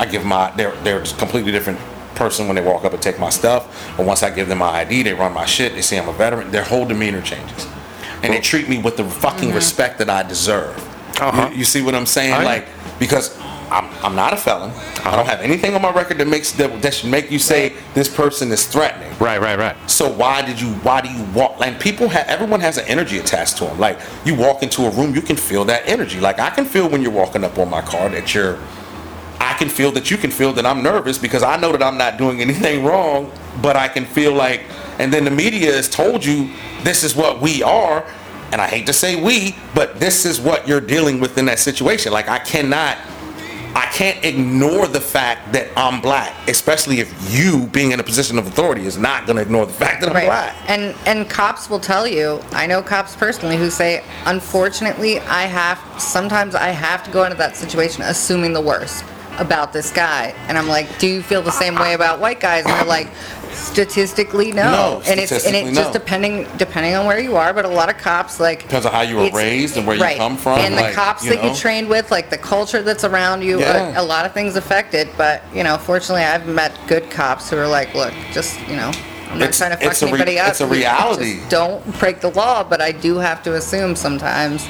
[SPEAKER 4] I give my. They're they're just completely different person when they walk up and take my stuff. But once I give them my ID, they run my shit. They see I'm a veteran. Their whole demeanor changes, and they treat me with the fucking respect that I deserve. You-
[SPEAKER 1] Uh-huh.
[SPEAKER 4] you see what I'm saying?
[SPEAKER 1] Oh, yeah.
[SPEAKER 4] Like because I'm, I'm not a felon. I don't have anything on my record that makes that, that should make you say this person is threatening.
[SPEAKER 1] Right, right, right.
[SPEAKER 4] So why did you? Why do you walk? Like people have. Everyone has an energy attached to them. Like you walk into a room, you can feel that energy. Like I can feel when you're walking up on my car that you're. I can feel that you can feel that I'm nervous because I know that I'm not doing anything wrong, but I can feel like. And then the media has told you this is what we are, and I hate to say we, but this is what you're dealing with in that situation. Like I cannot I can't ignore the fact that I'm black, especially if you being in a position of authority is not going to ignore the fact that I'm
[SPEAKER 3] Right.
[SPEAKER 4] black.
[SPEAKER 3] And and cops will tell you. I know cops personally who say, unfortunately, I have sometimes I have to go into that situation assuming the worst about this guy. And I'm like, do you feel the same way about white guys? And they're like, statistically, no.
[SPEAKER 4] No,
[SPEAKER 3] and it's and
[SPEAKER 4] statistically,
[SPEAKER 3] it's just
[SPEAKER 4] no.
[SPEAKER 3] depending depending on where you are. But a lot of cops like
[SPEAKER 4] Depends on how you were
[SPEAKER 3] it's-
[SPEAKER 4] raised and where you
[SPEAKER 3] right.
[SPEAKER 4] come from,
[SPEAKER 3] and
[SPEAKER 4] like,
[SPEAKER 3] the cops
[SPEAKER 4] you
[SPEAKER 3] that
[SPEAKER 4] know.
[SPEAKER 3] you trained with, like the culture that's around you.
[SPEAKER 4] Yeah.
[SPEAKER 3] A, a lot of things affect it. But you know, fortunately, I've met good cops who are like, look, just you know. I'm not
[SPEAKER 4] It's-
[SPEAKER 3] trying to fuck
[SPEAKER 4] it's a re-
[SPEAKER 3] anybody up.
[SPEAKER 4] it's a
[SPEAKER 3] You just
[SPEAKER 4] reality.
[SPEAKER 3] don't break the law, but I do have to assume sometimes.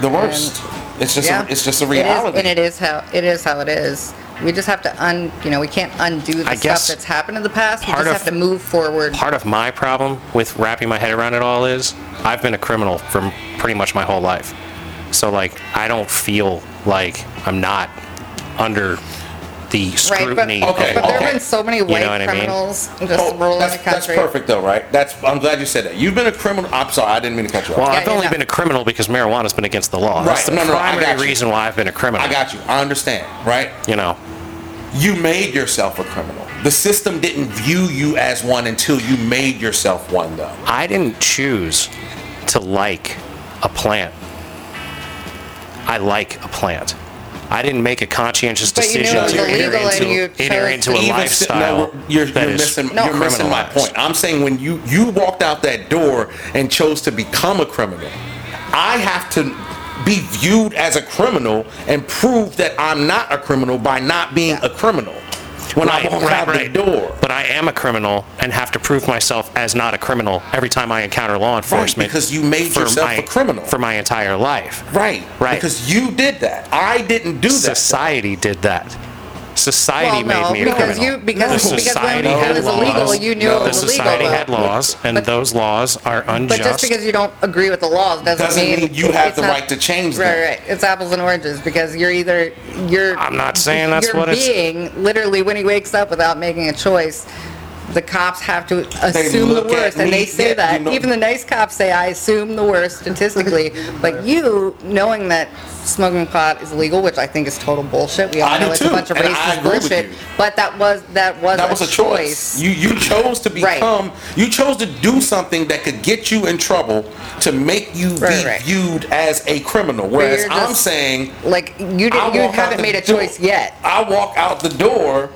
[SPEAKER 4] The worst. It's just
[SPEAKER 3] yeah,
[SPEAKER 4] a, it's just a
[SPEAKER 3] It is-
[SPEAKER 4] reality.
[SPEAKER 3] and it is how it is how it is. We just have to un, you know, we can't undo the
[SPEAKER 1] I
[SPEAKER 3] stuff
[SPEAKER 1] guess
[SPEAKER 3] that's happened in the past. We
[SPEAKER 1] part
[SPEAKER 3] just
[SPEAKER 1] of-
[SPEAKER 3] have to move forward.
[SPEAKER 1] Part of my problem with wrapping my head around it all is I've been a criminal for pretty much my whole life. So, like, I don't feel like I'm not under the
[SPEAKER 3] right, but,
[SPEAKER 1] scrutiny.
[SPEAKER 3] but
[SPEAKER 1] of
[SPEAKER 4] Okay,
[SPEAKER 3] there
[SPEAKER 1] law.
[SPEAKER 3] have been so many
[SPEAKER 1] know
[SPEAKER 3] white
[SPEAKER 1] what I mean?
[SPEAKER 3] criminals just
[SPEAKER 4] Oh,
[SPEAKER 3] ruling
[SPEAKER 4] that's,
[SPEAKER 3] the country.
[SPEAKER 4] that's perfect though, right? That's I'm glad you said that. You've been a criminal. I'm sorry, I didn't mean to cut you off.
[SPEAKER 1] Well,
[SPEAKER 3] Yeah,
[SPEAKER 1] I've
[SPEAKER 3] you're
[SPEAKER 1] only
[SPEAKER 3] not-
[SPEAKER 1] been a criminal because marijuana's been against the law. That's
[SPEAKER 4] Right.
[SPEAKER 1] the
[SPEAKER 4] No, no, no, I
[SPEAKER 1] primary
[SPEAKER 4] got you.
[SPEAKER 1] reason why I've been a criminal.
[SPEAKER 4] I got you. I understand, right?
[SPEAKER 1] you know,
[SPEAKER 4] You made yourself a criminal. The system didn't view you as one until you made yourself one, though.
[SPEAKER 1] I didn't choose to like a plant. I like a plant. I didn't make a conscientious
[SPEAKER 3] But you knew
[SPEAKER 1] decision
[SPEAKER 4] it was
[SPEAKER 1] to enter
[SPEAKER 4] illegal and
[SPEAKER 1] into,
[SPEAKER 3] you
[SPEAKER 1] enter
[SPEAKER 3] chose
[SPEAKER 1] into
[SPEAKER 3] to-
[SPEAKER 1] a
[SPEAKER 4] Even sti-
[SPEAKER 1] lifestyle.
[SPEAKER 4] no, you're,
[SPEAKER 1] that
[SPEAKER 4] you're
[SPEAKER 1] is
[SPEAKER 4] missing,
[SPEAKER 3] No.
[SPEAKER 4] you're missing my
[SPEAKER 1] criminalized.
[SPEAKER 4] point. I'm saying when you you walked out that door and chose to become a criminal, I have to be viewed as a criminal and prove that I'm not a criminal by not being a criminal when I walk out the door.
[SPEAKER 1] But I am a criminal and have to prove myself as not a criminal every time I encounter law enforcement.
[SPEAKER 4] because you made yourself
[SPEAKER 1] my,
[SPEAKER 4] a criminal.
[SPEAKER 1] for my entire life.
[SPEAKER 4] right,
[SPEAKER 1] Right.
[SPEAKER 4] Because you did that. I didn't do that.
[SPEAKER 1] Society did that.
[SPEAKER 3] Well,
[SPEAKER 1] Society
[SPEAKER 3] no,
[SPEAKER 1] made me a
[SPEAKER 3] because
[SPEAKER 1] criminal.
[SPEAKER 3] you because,
[SPEAKER 1] the
[SPEAKER 3] because when
[SPEAKER 1] society
[SPEAKER 3] it
[SPEAKER 1] had
[SPEAKER 3] was
[SPEAKER 1] laws.
[SPEAKER 3] illegal, you knew
[SPEAKER 4] No.
[SPEAKER 3] it
[SPEAKER 1] the
[SPEAKER 3] was illegal.
[SPEAKER 1] society
[SPEAKER 3] though.
[SPEAKER 1] had laws, and
[SPEAKER 3] But-
[SPEAKER 1] those laws are
[SPEAKER 3] But
[SPEAKER 1] unjust.
[SPEAKER 3] just because you don't agree with the laws doesn't,
[SPEAKER 4] Doesn't mean you have
[SPEAKER 3] it's
[SPEAKER 4] the
[SPEAKER 3] not-
[SPEAKER 4] right to change them.
[SPEAKER 3] Right, right. It's apples and oranges because you're either you're.
[SPEAKER 1] I'm not saying that's
[SPEAKER 3] you're
[SPEAKER 1] what it's-
[SPEAKER 3] being literally when he wakes up without making a choice. The cops have to assume the
[SPEAKER 4] look at
[SPEAKER 3] worst, and
[SPEAKER 4] me,
[SPEAKER 3] they say
[SPEAKER 4] yeah,
[SPEAKER 3] that.
[SPEAKER 4] you know-
[SPEAKER 3] Even the nice cops say, "I assume the worst statistically." but you, knowing that smoking pot is illegal, which I think is total bullshit. We all
[SPEAKER 4] I
[SPEAKER 3] know
[SPEAKER 4] do
[SPEAKER 3] it's a
[SPEAKER 4] too,
[SPEAKER 3] bunch of
[SPEAKER 4] and I
[SPEAKER 3] racist
[SPEAKER 4] agree with
[SPEAKER 3] bullshit.
[SPEAKER 4] you.
[SPEAKER 3] But that was that was
[SPEAKER 4] that was a choice. You you chose to
[SPEAKER 3] Right.
[SPEAKER 4] become. You chose to do something that could get you in trouble to make you
[SPEAKER 3] Right,
[SPEAKER 4] be
[SPEAKER 3] right.
[SPEAKER 4] viewed as a criminal. Whereas
[SPEAKER 3] you're
[SPEAKER 4] I'm
[SPEAKER 3] just-
[SPEAKER 4] saying
[SPEAKER 3] like you
[SPEAKER 4] I
[SPEAKER 3] didn't, you
[SPEAKER 4] walk out
[SPEAKER 3] haven't
[SPEAKER 4] the
[SPEAKER 3] made a
[SPEAKER 4] door-
[SPEAKER 3] choice yet.
[SPEAKER 4] I walk out the door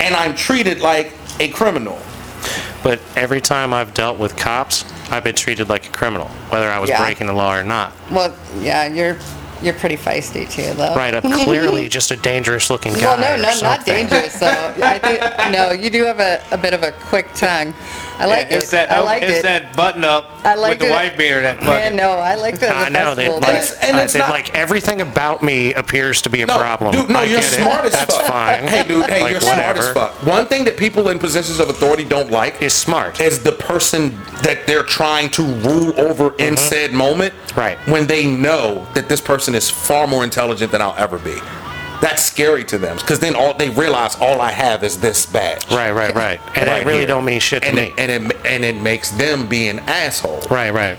[SPEAKER 4] and I'm treated like
[SPEAKER 3] (laughs)
[SPEAKER 4] a criminal.
[SPEAKER 1] But every time I've dealt with cops, I've been treated like a criminal, whether I was
[SPEAKER 3] Yeah.
[SPEAKER 1] breaking the law or not.
[SPEAKER 3] Well, yeah, you're you're pretty feisty too, though. (laughs)
[SPEAKER 1] Right, I'm clearly just a dangerous-looking guy.
[SPEAKER 3] Well, no,
[SPEAKER 1] or
[SPEAKER 3] no, not
[SPEAKER 1] something.
[SPEAKER 3] dangerous. So I think no, you do have a, a bit of a quick tongue. I like
[SPEAKER 5] it's
[SPEAKER 3] it.
[SPEAKER 5] that,
[SPEAKER 4] oh,
[SPEAKER 3] I like
[SPEAKER 5] it's
[SPEAKER 3] it.
[SPEAKER 5] that button up
[SPEAKER 3] I liked
[SPEAKER 5] with
[SPEAKER 3] it.
[SPEAKER 5] the white beard. That
[SPEAKER 3] yeah,
[SPEAKER 5] fucking.
[SPEAKER 3] no, I like that.
[SPEAKER 1] I know they like,
[SPEAKER 4] It's- and
[SPEAKER 1] I-
[SPEAKER 4] it's
[SPEAKER 1] they
[SPEAKER 4] not-
[SPEAKER 1] like everything about me appears to be a
[SPEAKER 4] No,
[SPEAKER 1] problem.
[SPEAKER 4] dude, no,
[SPEAKER 1] I
[SPEAKER 4] you're
[SPEAKER 1] get it.
[SPEAKER 4] smart as
[SPEAKER 1] That's
[SPEAKER 4] fuck.
[SPEAKER 1] fine.
[SPEAKER 4] Hey, dude, hey,
[SPEAKER 1] Like,
[SPEAKER 4] you're smart as
[SPEAKER 1] whatever.
[SPEAKER 4] fuck. One thing that people in positions of authority don't like
[SPEAKER 1] Is smart.
[SPEAKER 4] is the person that they're trying to rule over in said moment.
[SPEAKER 1] Mm-hmm. Right.
[SPEAKER 4] When they know that this person is far more intelligent than I'll ever be. That's scary to them because then all they realize all I have is this badge.
[SPEAKER 1] Right, right, right. And
[SPEAKER 4] Right
[SPEAKER 1] that really
[SPEAKER 4] here.
[SPEAKER 1] don't mean shit to
[SPEAKER 4] And
[SPEAKER 1] me.
[SPEAKER 4] it, and it and it makes them be an asshole.
[SPEAKER 1] right, right.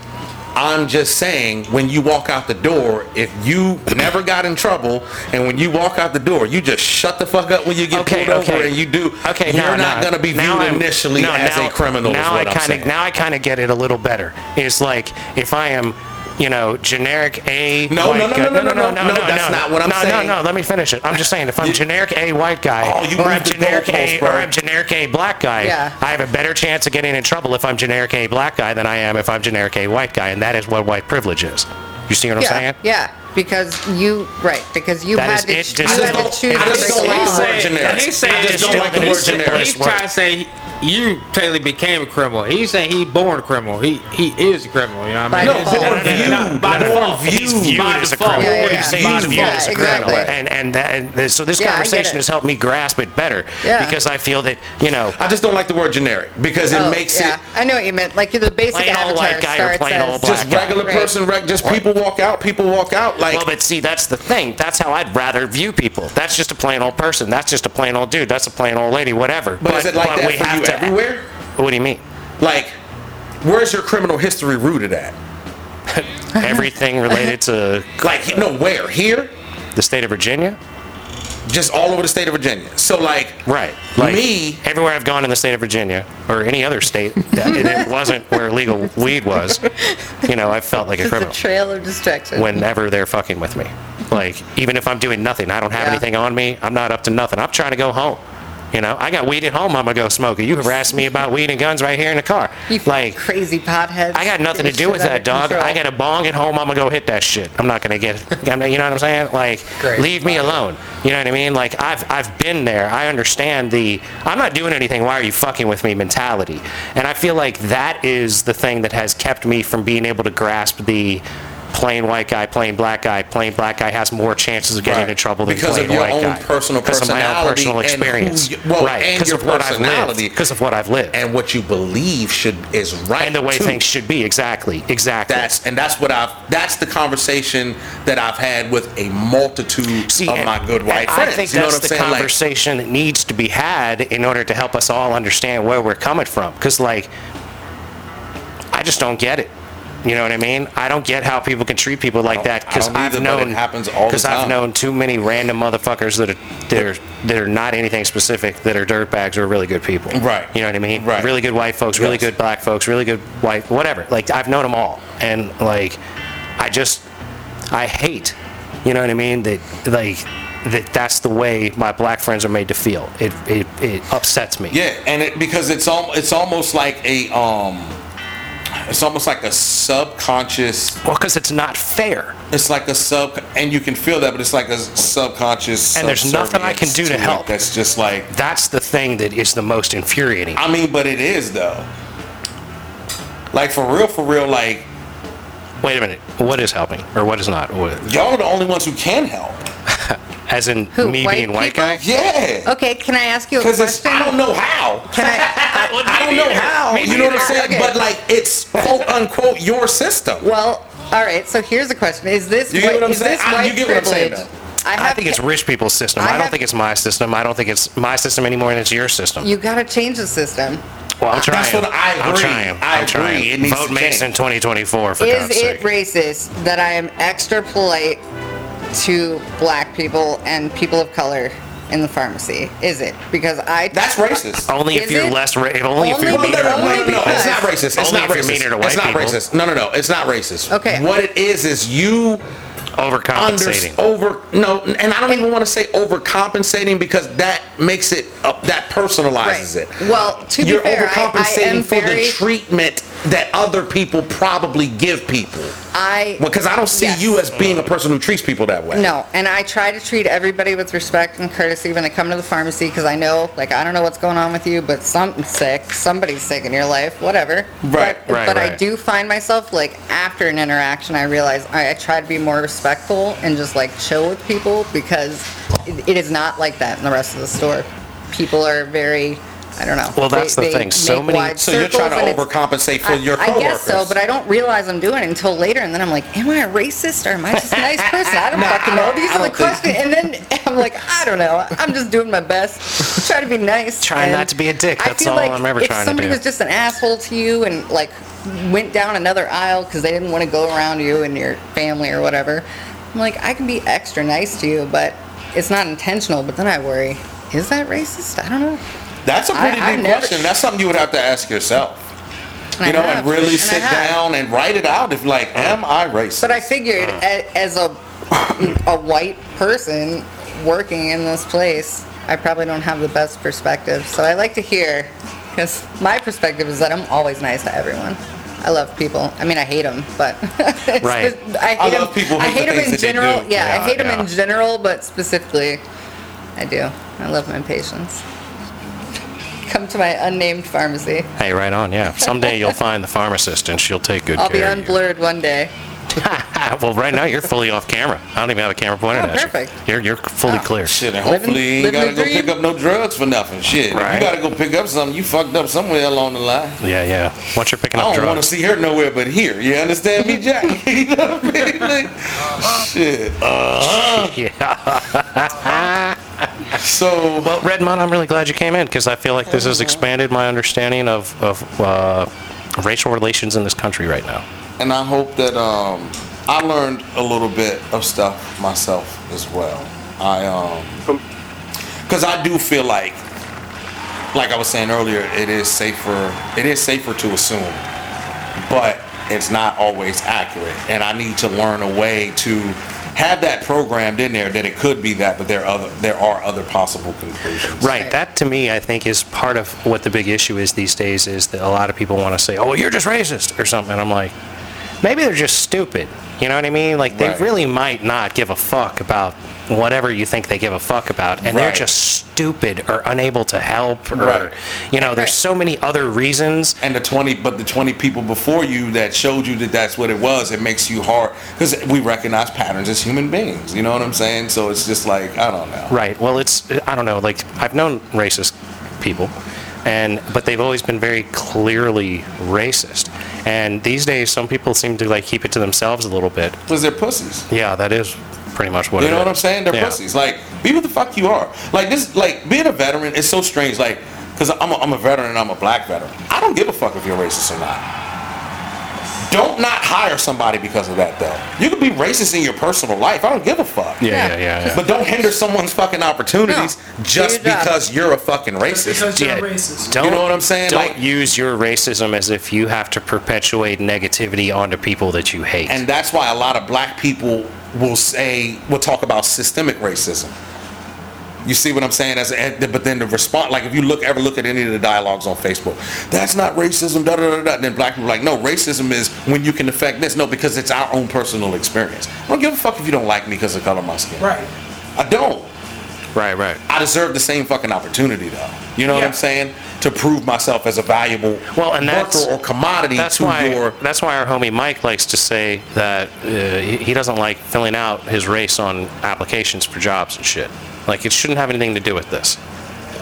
[SPEAKER 4] I'm just saying, when you walk out the door, if you never got in trouble, and when you walk out the door, you just shut the fuck up when you get
[SPEAKER 1] Okay,
[SPEAKER 4] pulled over,
[SPEAKER 1] okay.
[SPEAKER 4] and you do.
[SPEAKER 1] Okay,
[SPEAKER 4] you're
[SPEAKER 1] no,
[SPEAKER 4] not
[SPEAKER 1] no.
[SPEAKER 4] gonna be viewed
[SPEAKER 1] Now I'm-
[SPEAKER 4] initially
[SPEAKER 1] no,
[SPEAKER 4] as
[SPEAKER 1] now-
[SPEAKER 4] a criminal. is
[SPEAKER 1] Now
[SPEAKER 4] what
[SPEAKER 1] I
[SPEAKER 4] I'm
[SPEAKER 1] kind
[SPEAKER 4] saying.
[SPEAKER 1] of now I kind of get it a little better. It's like if I am, you know, generic A.
[SPEAKER 4] No,
[SPEAKER 1] white
[SPEAKER 4] no, no,
[SPEAKER 1] guy-
[SPEAKER 4] no, no, no, no, no, that's not what I'm
[SPEAKER 1] no,
[SPEAKER 4] saying.
[SPEAKER 1] No, no, let me finish it. I'm just saying if I'm generic A white guy,
[SPEAKER 4] Oh, you
[SPEAKER 1] or I'm
[SPEAKER 4] moved the
[SPEAKER 1] generic A,
[SPEAKER 4] goalpost,
[SPEAKER 1] or
[SPEAKER 4] bro.
[SPEAKER 1] I'm generic A black guy,
[SPEAKER 3] Yeah.
[SPEAKER 1] I have a better chance of getting in trouble if I'm generic A black guy than I am if I'm generic A white guy, and that is what white privilege is. You see what I'm
[SPEAKER 3] yeah,
[SPEAKER 1] saying?
[SPEAKER 3] yeah. because you right because you
[SPEAKER 1] That
[SPEAKER 3] had
[SPEAKER 1] is
[SPEAKER 3] to
[SPEAKER 1] it,
[SPEAKER 3] you
[SPEAKER 1] just-
[SPEAKER 3] had
[SPEAKER 1] I
[SPEAKER 3] to
[SPEAKER 1] just
[SPEAKER 3] choose
[SPEAKER 1] don't-
[SPEAKER 3] to
[SPEAKER 1] I
[SPEAKER 3] break
[SPEAKER 1] just
[SPEAKER 3] the
[SPEAKER 1] don't
[SPEAKER 4] like
[SPEAKER 3] law.
[SPEAKER 4] the word generic.
[SPEAKER 5] And he's saying
[SPEAKER 4] I just don't like the word generic.
[SPEAKER 5] He's trying to say you technically became a criminal. He's saying he born a criminal. He he is a criminal. You know what I mean?
[SPEAKER 3] By No, default. born
[SPEAKER 5] No, by default.
[SPEAKER 1] He's viewed
[SPEAKER 5] By
[SPEAKER 1] as a
[SPEAKER 5] default.
[SPEAKER 1] criminal.
[SPEAKER 3] Yeah, yeah,
[SPEAKER 1] What you
[SPEAKER 3] yeah.
[SPEAKER 1] say
[SPEAKER 3] By
[SPEAKER 1] he's viewed
[SPEAKER 3] default.
[SPEAKER 1] as a criminal.
[SPEAKER 3] Exactly.
[SPEAKER 1] And, and, that, and th- so this
[SPEAKER 3] Yeah, I get
[SPEAKER 1] conversation
[SPEAKER 3] it.
[SPEAKER 1] has helped me grasp it better
[SPEAKER 3] Yeah.
[SPEAKER 1] because I feel that, you know,
[SPEAKER 4] I just don't like the word generic because it
[SPEAKER 3] Oh,
[SPEAKER 4] makes
[SPEAKER 3] yeah.
[SPEAKER 4] it
[SPEAKER 3] I know what you meant. Like the basic
[SPEAKER 1] Plain
[SPEAKER 3] avatar
[SPEAKER 1] old white guy or
[SPEAKER 3] starts
[SPEAKER 1] plain
[SPEAKER 3] as
[SPEAKER 1] old black
[SPEAKER 4] just
[SPEAKER 1] Black guy.
[SPEAKER 4] regular
[SPEAKER 3] Right.
[SPEAKER 4] person, reg- just people walk out, people walk out. Like
[SPEAKER 1] well, but see, that's the thing. That's how I'd rather view people. That's just a plain old person. That's just a plain old dude. That's a plain old lady. Whatever.
[SPEAKER 4] But is it like that for you everywhere?
[SPEAKER 1] What do you
[SPEAKER 3] (laughs)
[SPEAKER 1] mean?
[SPEAKER 4] like where's your criminal history rooted at?
[SPEAKER 1] Everything related to
[SPEAKER 4] Like no where? Here?
[SPEAKER 1] the state of Virginia,
[SPEAKER 4] Just all over the state of Virginia. So like
[SPEAKER 1] right? Like
[SPEAKER 4] me
[SPEAKER 1] everywhere I've gone in the state of Virginia or any other state, that it, it wasn't where legal weed was. You know, I felt like a
[SPEAKER 3] Just a
[SPEAKER 1] criminal
[SPEAKER 3] trail of distraction.
[SPEAKER 1] whenever they're fucking with me. Like even if I'm doing nothing, I don't have
[SPEAKER 3] Yeah.
[SPEAKER 1] anything on me. I'm not up to nothing. I'm trying to go home. You know, I got weed at home. I'm gonna go smoke it. You harassed me about weed and guns right here in the car.
[SPEAKER 3] you
[SPEAKER 1] Like
[SPEAKER 3] crazy pothead.
[SPEAKER 1] I got nothing to do with that, dog. I got a bong at home. I'm gonna go hit that shit. I'm not gonna get. I'm not, you know what I'm saying? Like,
[SPEAKER 5] Great.
[SPEAKER 1] leave me alone. You know what I mean? Like, I've I've been there. I understand the. I'm not doing anything. Why are you fucking with me? Mentality, and I feel like that is the thing that has kept me from being able to grasp the. Plain white guy, plain black guy, plain black guy has more chances of getting
[SPEAKER 4] Right.
[SPEAKER 1] in trouble than
[SPEAKER 4] Because
[SPEAKER 1] plain
[SPEAKER 4] of your
[SPEAKER 1] white
[SPEAKER 4] own
[SPEAKER 1] guy.
[SPEAKER 4] personal
[SPEAKER 1] because of my own
[SPEAKER 4] personality
[SPEAKER 1] personal
[SPEAKER 4] and who
[SPEAKER 1] experience,
[SPEAKER 4] you- well,
[SPEAKER 1] right?
[SPEAKER 4] and
[SPEAKER 1] Because
[SPEAKER 4] your
[SPEAKER 1] of what I've
[SPEAKER 4] personality.
[SPEAKER 1] lived. Because of what I've lived,
[SPEAKER 4] and what you believe should is right
[SPEAKER 1] and the way
[SPEAKER 4] too.
[SPEAKER 1] things should be. Exactly, exactly.
[SPEAKER 4] That's and that's what I've. That's the conversation that I've had with a multitude
[SPEAKER 1] See,
[SPEAKER 4] of
[SPEAKER 1] and-
[SPEAKER 4] my good white
[SPEAKER 1] and I
[SPEAKER 4] friends.
[SPEAKER 1] think
[SPEAKER 4] you know
[SPEAKER 1] that's
[SPEAKER 4] what I'm
[SPEAKER 1] the
[SPEAKER 4] saying? Like,
[SPEAKER 1] conversation that needs to be had in order to help us all understand where we're coming from. Because, like, I just don't get it. You know what I mean? I don't get how people can treat people like that
[SPEAKER 4] I
[SPEAKER 1] because
[SPEAKER 4] don't
[SPEAKER 1] I've
[SPEAKER 4] either, but it
[SPEAKER 1] known
[SPEAKER 4] happens all the
[SPEAKER 1] Because I've
[SPEAKER 4] time.
[SPEAKER 1] known too many random motherfuckers that are that are that are not anything specific that are dirtbags or really good people.
[SPEAKER 4] Right.
[SPEAKER 1] You know what I mean?
[SPEAKER 4] Right.
[SPEAKER 1] Really good white folks, really
[SPEAKER 4] Yes.
[SPEAKER 1] good black folks, really good white whatever. Like I've known them all, and like I just I hate. You know what I mean? That like that that's the way my black friends are made to feel. It it, it upsets me.
[SPEAKER 4] yeah, and it, because it's all it's almost like a um, it's almost like a subconscious.
[SPEAKER 1] Well, because it's not fair.
[SPEAKER 4] It's like a sub, and you can feel that, but it's like a subconscious.
[SPEAKER 1] And there's nothing I can do to
[SPEAKER 4] subservience it
[SPEAKER 1] help.
[SPEAKER 4] That's just like
[SPEAKER 1] That's the thing that is the most infuriating.
[SPEAKER 4] I mean, but it is though. Like for real, for real, like
[SPEAKER 1] Wait a minute. What is helping or what is not? What-
[SPEAKER 4] y'all are the only ones who can help.
[SPEAKER 1] As in
[SPEAKER 3] Who,
[SPEAKER 1] me
[SPEAKER 3] white
[SPEAKER 1] being white
[SPEAKER 3] people?
[SPEAKER 1] guy?
[SPEAKER 4] Yeah,
[SPEAKER 3] Okay, can I ask you a
[SPEAKER 4] because it's
[SPEAKER 3] question?
[SPEAKER 4] I don't know how.
[SPEAKER 3] Can
[SPEAKER 4] (laughs)
[SPEAKER 3] I?
[SPEAKER 4] I don't know how. You know what I'm saying?
[SPEAKER 3] Okay.
[SPEAKER 4] But like, it's quote unquote your system.
[SPEAKER 3] Well, all right. So here's a question: Is this
[SPEAKER 4] You
[SPEAKER 3] white,
[SPEAKER 4] get what I'm
[SPEAKER 3] is
[SPEAKER 4] saying?
[SPEAKER 3] this
[SPEAKER 4] I-
[SPEAKER 3] white
[SPEAKER 4] you get what I'm saying,
[SPEAKER 3] privilege?
[SPEAKER 1] I think it's rich people's system.
[SPEAKER 3] I
[SPEAKER 1] I, don't
[SPEAKER 3] have-
[SPEAKER 1] think it's my system. I don't think it's my system anymore, and it's your system.
[SPEAKER 3] You gotta change the system.
[SPEAKER 1] well, I'm trying.
[SPEAKER 4] That's what I
[SPEAKER 1] am
[SPEAKER 4] agree.
[SPEAKER 1] trying.
[SPEAKER 4] I
[SPEAKER 1] am
[SPEAKER 4] agree.
[SPEAKER 1] trying.
[SPEAKER 4] It needs
[SPEAKER 1] Vote
[SPEAKER 4] to
[SPEAKER 1] Mason
[SPEAKER 4] change.
[SPEAKER 1] 2024 for
[SPEAKER 3] Is
[SPEAKER 1] God's
[SPEAKER 3] it
[SPEAKER 1] sake.
[SPEAKER 3] racist that I am extra polite to black people and people of color in the pharmacy? Is it because I?
[SPEAKER 4] That's racist.
[SPEAKER 1] only if
[SPEAKER 3] Is
[SPEAKER 1] you're
[SPEAKER 3] it?
[SPEAKER 1] less. Ra- if only, if
[SPEAKER 3] Only
[SPEAKER 1] you're
[SPEAKER 4] no, no,
[SPEAKER 1] meaner
[SPEAKER 4] no,
[SPEAKER 1] to
[SPEAKER 3] only
[SPEAKER 1] white
[SPEAKER 4] no, no,
[SPEAKER 1] people.
[SPEAKER 4] it's not racist. It's
[SPEAKER 1] Only
[SPEAKER 4] not
[SPEAKER 1] if you're
[SPEAKER 4] racist.
[SPEAKER 1] meaner to
[SPEAKER 4] it's
[SPEAKER 1] white
[SPEAKER 4] not
[SPEAKER 1] people.
[SPEAKER 4] racist. No, no, no. It's not racist.
[SPEAKER 3] Okay.
[SPEAKER 4] What it is is you under
[SPEAKER 1] Overcompensating.
[SPEAKER 4] over no, and I don't even want to say overcompensating because that makes it uh, that personalizes
[SPEAKER 3] Right.
[SPEAKER 4] it.
[SPEAKER 3] Well, to be
[SPEAKER 4] You're
[SPEAKER 3] fair, I- I
[SPEAKER 4] overcompensating
[SPEAKER 3] am
[SPEAKER 4] for
[SPEAKER 3] very-
[SPEAKER 4] the treatment that other people probably give people.
[SPEAKER 3] I
[SPEAKER 4] Because I don't see
[SPEAKER 3] Yes.
[SPEAKER 4] you as being a person who treats people that way.
[SPEAKER 3] No, and I try to treat everybody with respect and courtesy when they come to the pharmacy because I know, like, I don't know what's going on with you, but something's sick, somebody's sick in your life, whatever.
[SPEAKER 4] Right,
[SPEAKER 3] But,
[SPEAKER 1] right,
[SPEAKER 3] but I
[SPEAKER 1] right.
[SPEAKER 3] do find myself like after an interaction, I realize I, I try to be more respectful and just like chill with people because it, it is not like that in the rest of the store. People are very, I don't know.
[SPEAKER 1] Well, that's the thing. So
[SPEAKER 3] make
[SPEAKER 1] many-
[SPEAKER 3] wide
[SPEAKER 4] So you're
[SPEAKER 3] circles
[SPEAKER 4] trying
[SPEAKER 3] and
[SPEAKER 4] to
[SPEAKER 3] it's-
[SPEAKER 4] overcompensate for your
[SPEAKER 3] I
[SPEAKER 4] coworkers.
[SPEAKER 3] guess so, but I don't realize I'm doing it until later, and then I'm like, "Am I a racist or am I just a nice person? I don't fucking know. These are the questions." And then (laughs) I'm like, "I don't know. I'm just doing my best, trying to be nice,
[SPEAKER 1] Trying
[SPEAKER 3] and
[SPEAKER 1] not to be a dick.
[SPEAKER 3] I
[SPEAKER 1] That's
[SPEAKER 3] feel
[SPEAKER 1] all
[SPEAKER 3] like
[SPEAKER 1] I'm ever
[SPEAKER 3] if
[SPEAKER 1] trying to
[SPEAKER 3] somebody
[SPEAKER 1] do.
[SPEAKER 3] was just an asshole to you and like went down another aisle because they didn't want to go around you and your family or whatever, I'm like, I can be extra nice to you, but it's not intentional. But then I worry, is that racist? I don't know.
[SPEAKER 4] That's a
[SPEAKER 3] I-
[SPEAKER 4] pretty
[SPEAKER 3] I've
[SPEAKER 4] big
[SPEAKER 3] never-
[SPEAKER 4] question. That's something you would have to ask yourself.
[SPEAKER 3] I
[SPEAKER 4] you know,
[SPEAKER 3] have,
[SPEAKER 4] and really
[SPEAKER 3] I
[SPEAKER 4] sit
[SPEAKER 3] have.
[SPEAKER 4] down and write it out. If like, am I racist?
[SPEAKER 3] But I figured
[SPEAKER 4] Uh.
[SPEAKER 3] a, as a (laughs) a white person working in this place, I probably don't have the best perspective. So I like to hear because my perspective is that I'm always nice to everyone. I love people. I mean, I hate them, but (laughs)
[SPEAKER 1] Right.
[SPEAKER 3] I hate
[SPEAKER 4] I love
[SPEAKER 3] 'em-
[SPEAKER 4] people
[SPEAKER 3] I
[SPEAKER 4] who do
[SPEAKER 3] hate them
[SPEAKER 4] things
[SPEAKER 3] in
[SPEAKER 4] that they
[SPEAKER 3] general.
[SPEAKER 4] do.
[SPEAKER 3] Yeah,
[SPEAKER 4] Yeah,
[SPEAKER 3] I hate them in
[SPEAKER 4] yeah.
[SPEAKER 3] general, but specifically, I do. I love my patients. (laughs) Come to my unnamed pharmacy.
[SPEAKER 1] Hey, right on. Yeah. Someday you'll find the pharmacist and she'll take good
[SPEAKER 3] I'll be
[SPEAKER 1] care of you. Ah,
[SPEAKER 3] unblurred one day.
[SPEAKER 1] well, right now you're fully off camera. I don't even have a camera pointed
[SPEAKER 3] Oh,
[SPEAKER 1] at you.
[SPEAKER 3] perfect.
[SPEAKER 1] You're you're fully
[SPEAKER 3] Oh.
[SPEAKER 1] clear.
[SPEAKER 4] Shit, and
[SPEAKER 3] Living-
[SPEAKER 4] hopefully you ain't
[SPEAKER 3] living
[SPEAKER 4] gotta
[SPEAKER 3] the
[SPEAKER 4] go pick
[SPEAKER 3] dream.
[SPEAKER 4] up no drugs for nothing. Shit, If
[SPEAKER 1] Right.
[SPEAKER 4] you gotta go pick up something. You fucked up somewhere along the line.
[SPEAKER 1] Yeah, yeah. Once you're picking
[SPEAKER 4] I
[SPEAKER 1] up
[SPEAKER 4] don't want to
[SPEAKER 1] drugs,
[SPEAKER 4] see her nowhere but here. You understand me, Jack? (laughs) you know what I mean? Like,
[SPEAKER 1] Uh,
[SPEAKER 4] shit.
[SPEAKER 1] yeah.
[SPEAKER 4] So,
[SPEAKER 1] Well, Redmond, I'm really glad you came in because I feel like this has expanded my understanding of of uh, racial relations in this country right now.
[SPEAKER 4] and I hope that um, I learned a little bit of stuff myself as well. I um, because I do feel like, like I was saying earlier, it is safer. It is safer to assume, but it's not always accurate. And I need to learn a way to have that programmed in there that it could be that, but there are other there are other possible conclusions.
[SPEAKER 1] Right. That to me, I think, is part of what the big issue is these days. Is that a lot of people want to say, "Oh, well, you're just racist" or something. And I'm like, maybe they're just stupid. You know what I mean? Like they
[SPEAKER 4] Right.
[SPEAKER 1] really might not give a fuck about whatever you think they give a fuck about, and they're
[SPEAKER 4] Right.
[SPEAKER 1] just stupid or unable to help or
[SPEAKER 4] Right.
[SPEAKER 1] you know, there's so many other reasons.
[SPEAKER 4] and the 20 but the 20 people before you that showed you that that's what it was it makes you hard because we recognize patterns as human beings you know what i'm saying so it's just like i don't know
[SPEAKER 1] Right. Well, it's I don't know. Like I've known racist people, and but they've always been very clearly racist. And these days, some people seem to like keep it to themselves a little bit.
[SPEAKER 4] because they're pussies
[SPEAKER 1] Yeah, that is pretty much what.
[SPEAKER 4] you
[SPEAKER 1] it
[SPEAKER 4] know what
[SPEAKER 1] is.
[SPEAKER 4] i'm saying they're
[SPEAKER 1] Yeah.
[SPEAKER 4] pussies like be who the fuck you are like this like being a veteran is so strange like because I'm a, I'm a veteran and i'm a black veteran i don't give a fuck if you're racist or not don't not hire somebody because of that though you could be racist in your personal life i don't give a fuck
[SPEAKER 1] Yeah, yeah,
[SPEAKER 3] Yeah.
[SPEAKER 1] yeah. yeah.
[SPEAKER 4] But don't hinder someone's fucking opportunities
[SPEAKER 3] No.
[SPEAKER 4] just
[SPEAKER 3] Do your job.
[SPEAKER 4] because you're a fucking racist.
[SPEAKER 2] because you're
[SPEAKER 1] Yeah.
[SPEAKER 2] racist.
[SPEAKER 1] Don't,
[SPEAKER 4] You know what I'm saying?
[SPEAKER 1] Don't
[SPEAKER 4] Like-
[SPEAKER 1] use your racism as if you have to perpetuate negativity onto people that you hate.
[SPEAKER 4] And that's why a lot of black people will say, will talk about systemic racism. You see what I'm saying? As and- but then the response, like if you look ever look at any of the dialogues on Facebook, that's not racism. Da da da da. And then black people are like, no, racism is when you can affect this. No, because it's our own personal experience. I don't give a fuck if you don't like me because of the color of my skin.
[SPEAKER 2] Right.
[SPEAKER 4] I don't.
[SPEAKER 1] right, right.
[SPEAKER 4] I deserve the same fucking opportunity though. You know what
[SPEAKER 2] Yeah.
[SPEAKER 4] I'm saying? To prove myself as a valuable
[SPEAKER 1] Well, and that's-
[SPEAKER 4] worker or commodity
[SPEAKER 1] That's
[SPEAKER 4] to
[SPEAKER 1] why.
[SPEAKER 4] your
[SPEAKER 1] That's why our homie Mike likes to say that uh, he he doesn't like filling out his race on applications for jobs and shit. Like it shouldn't have anything to do with this.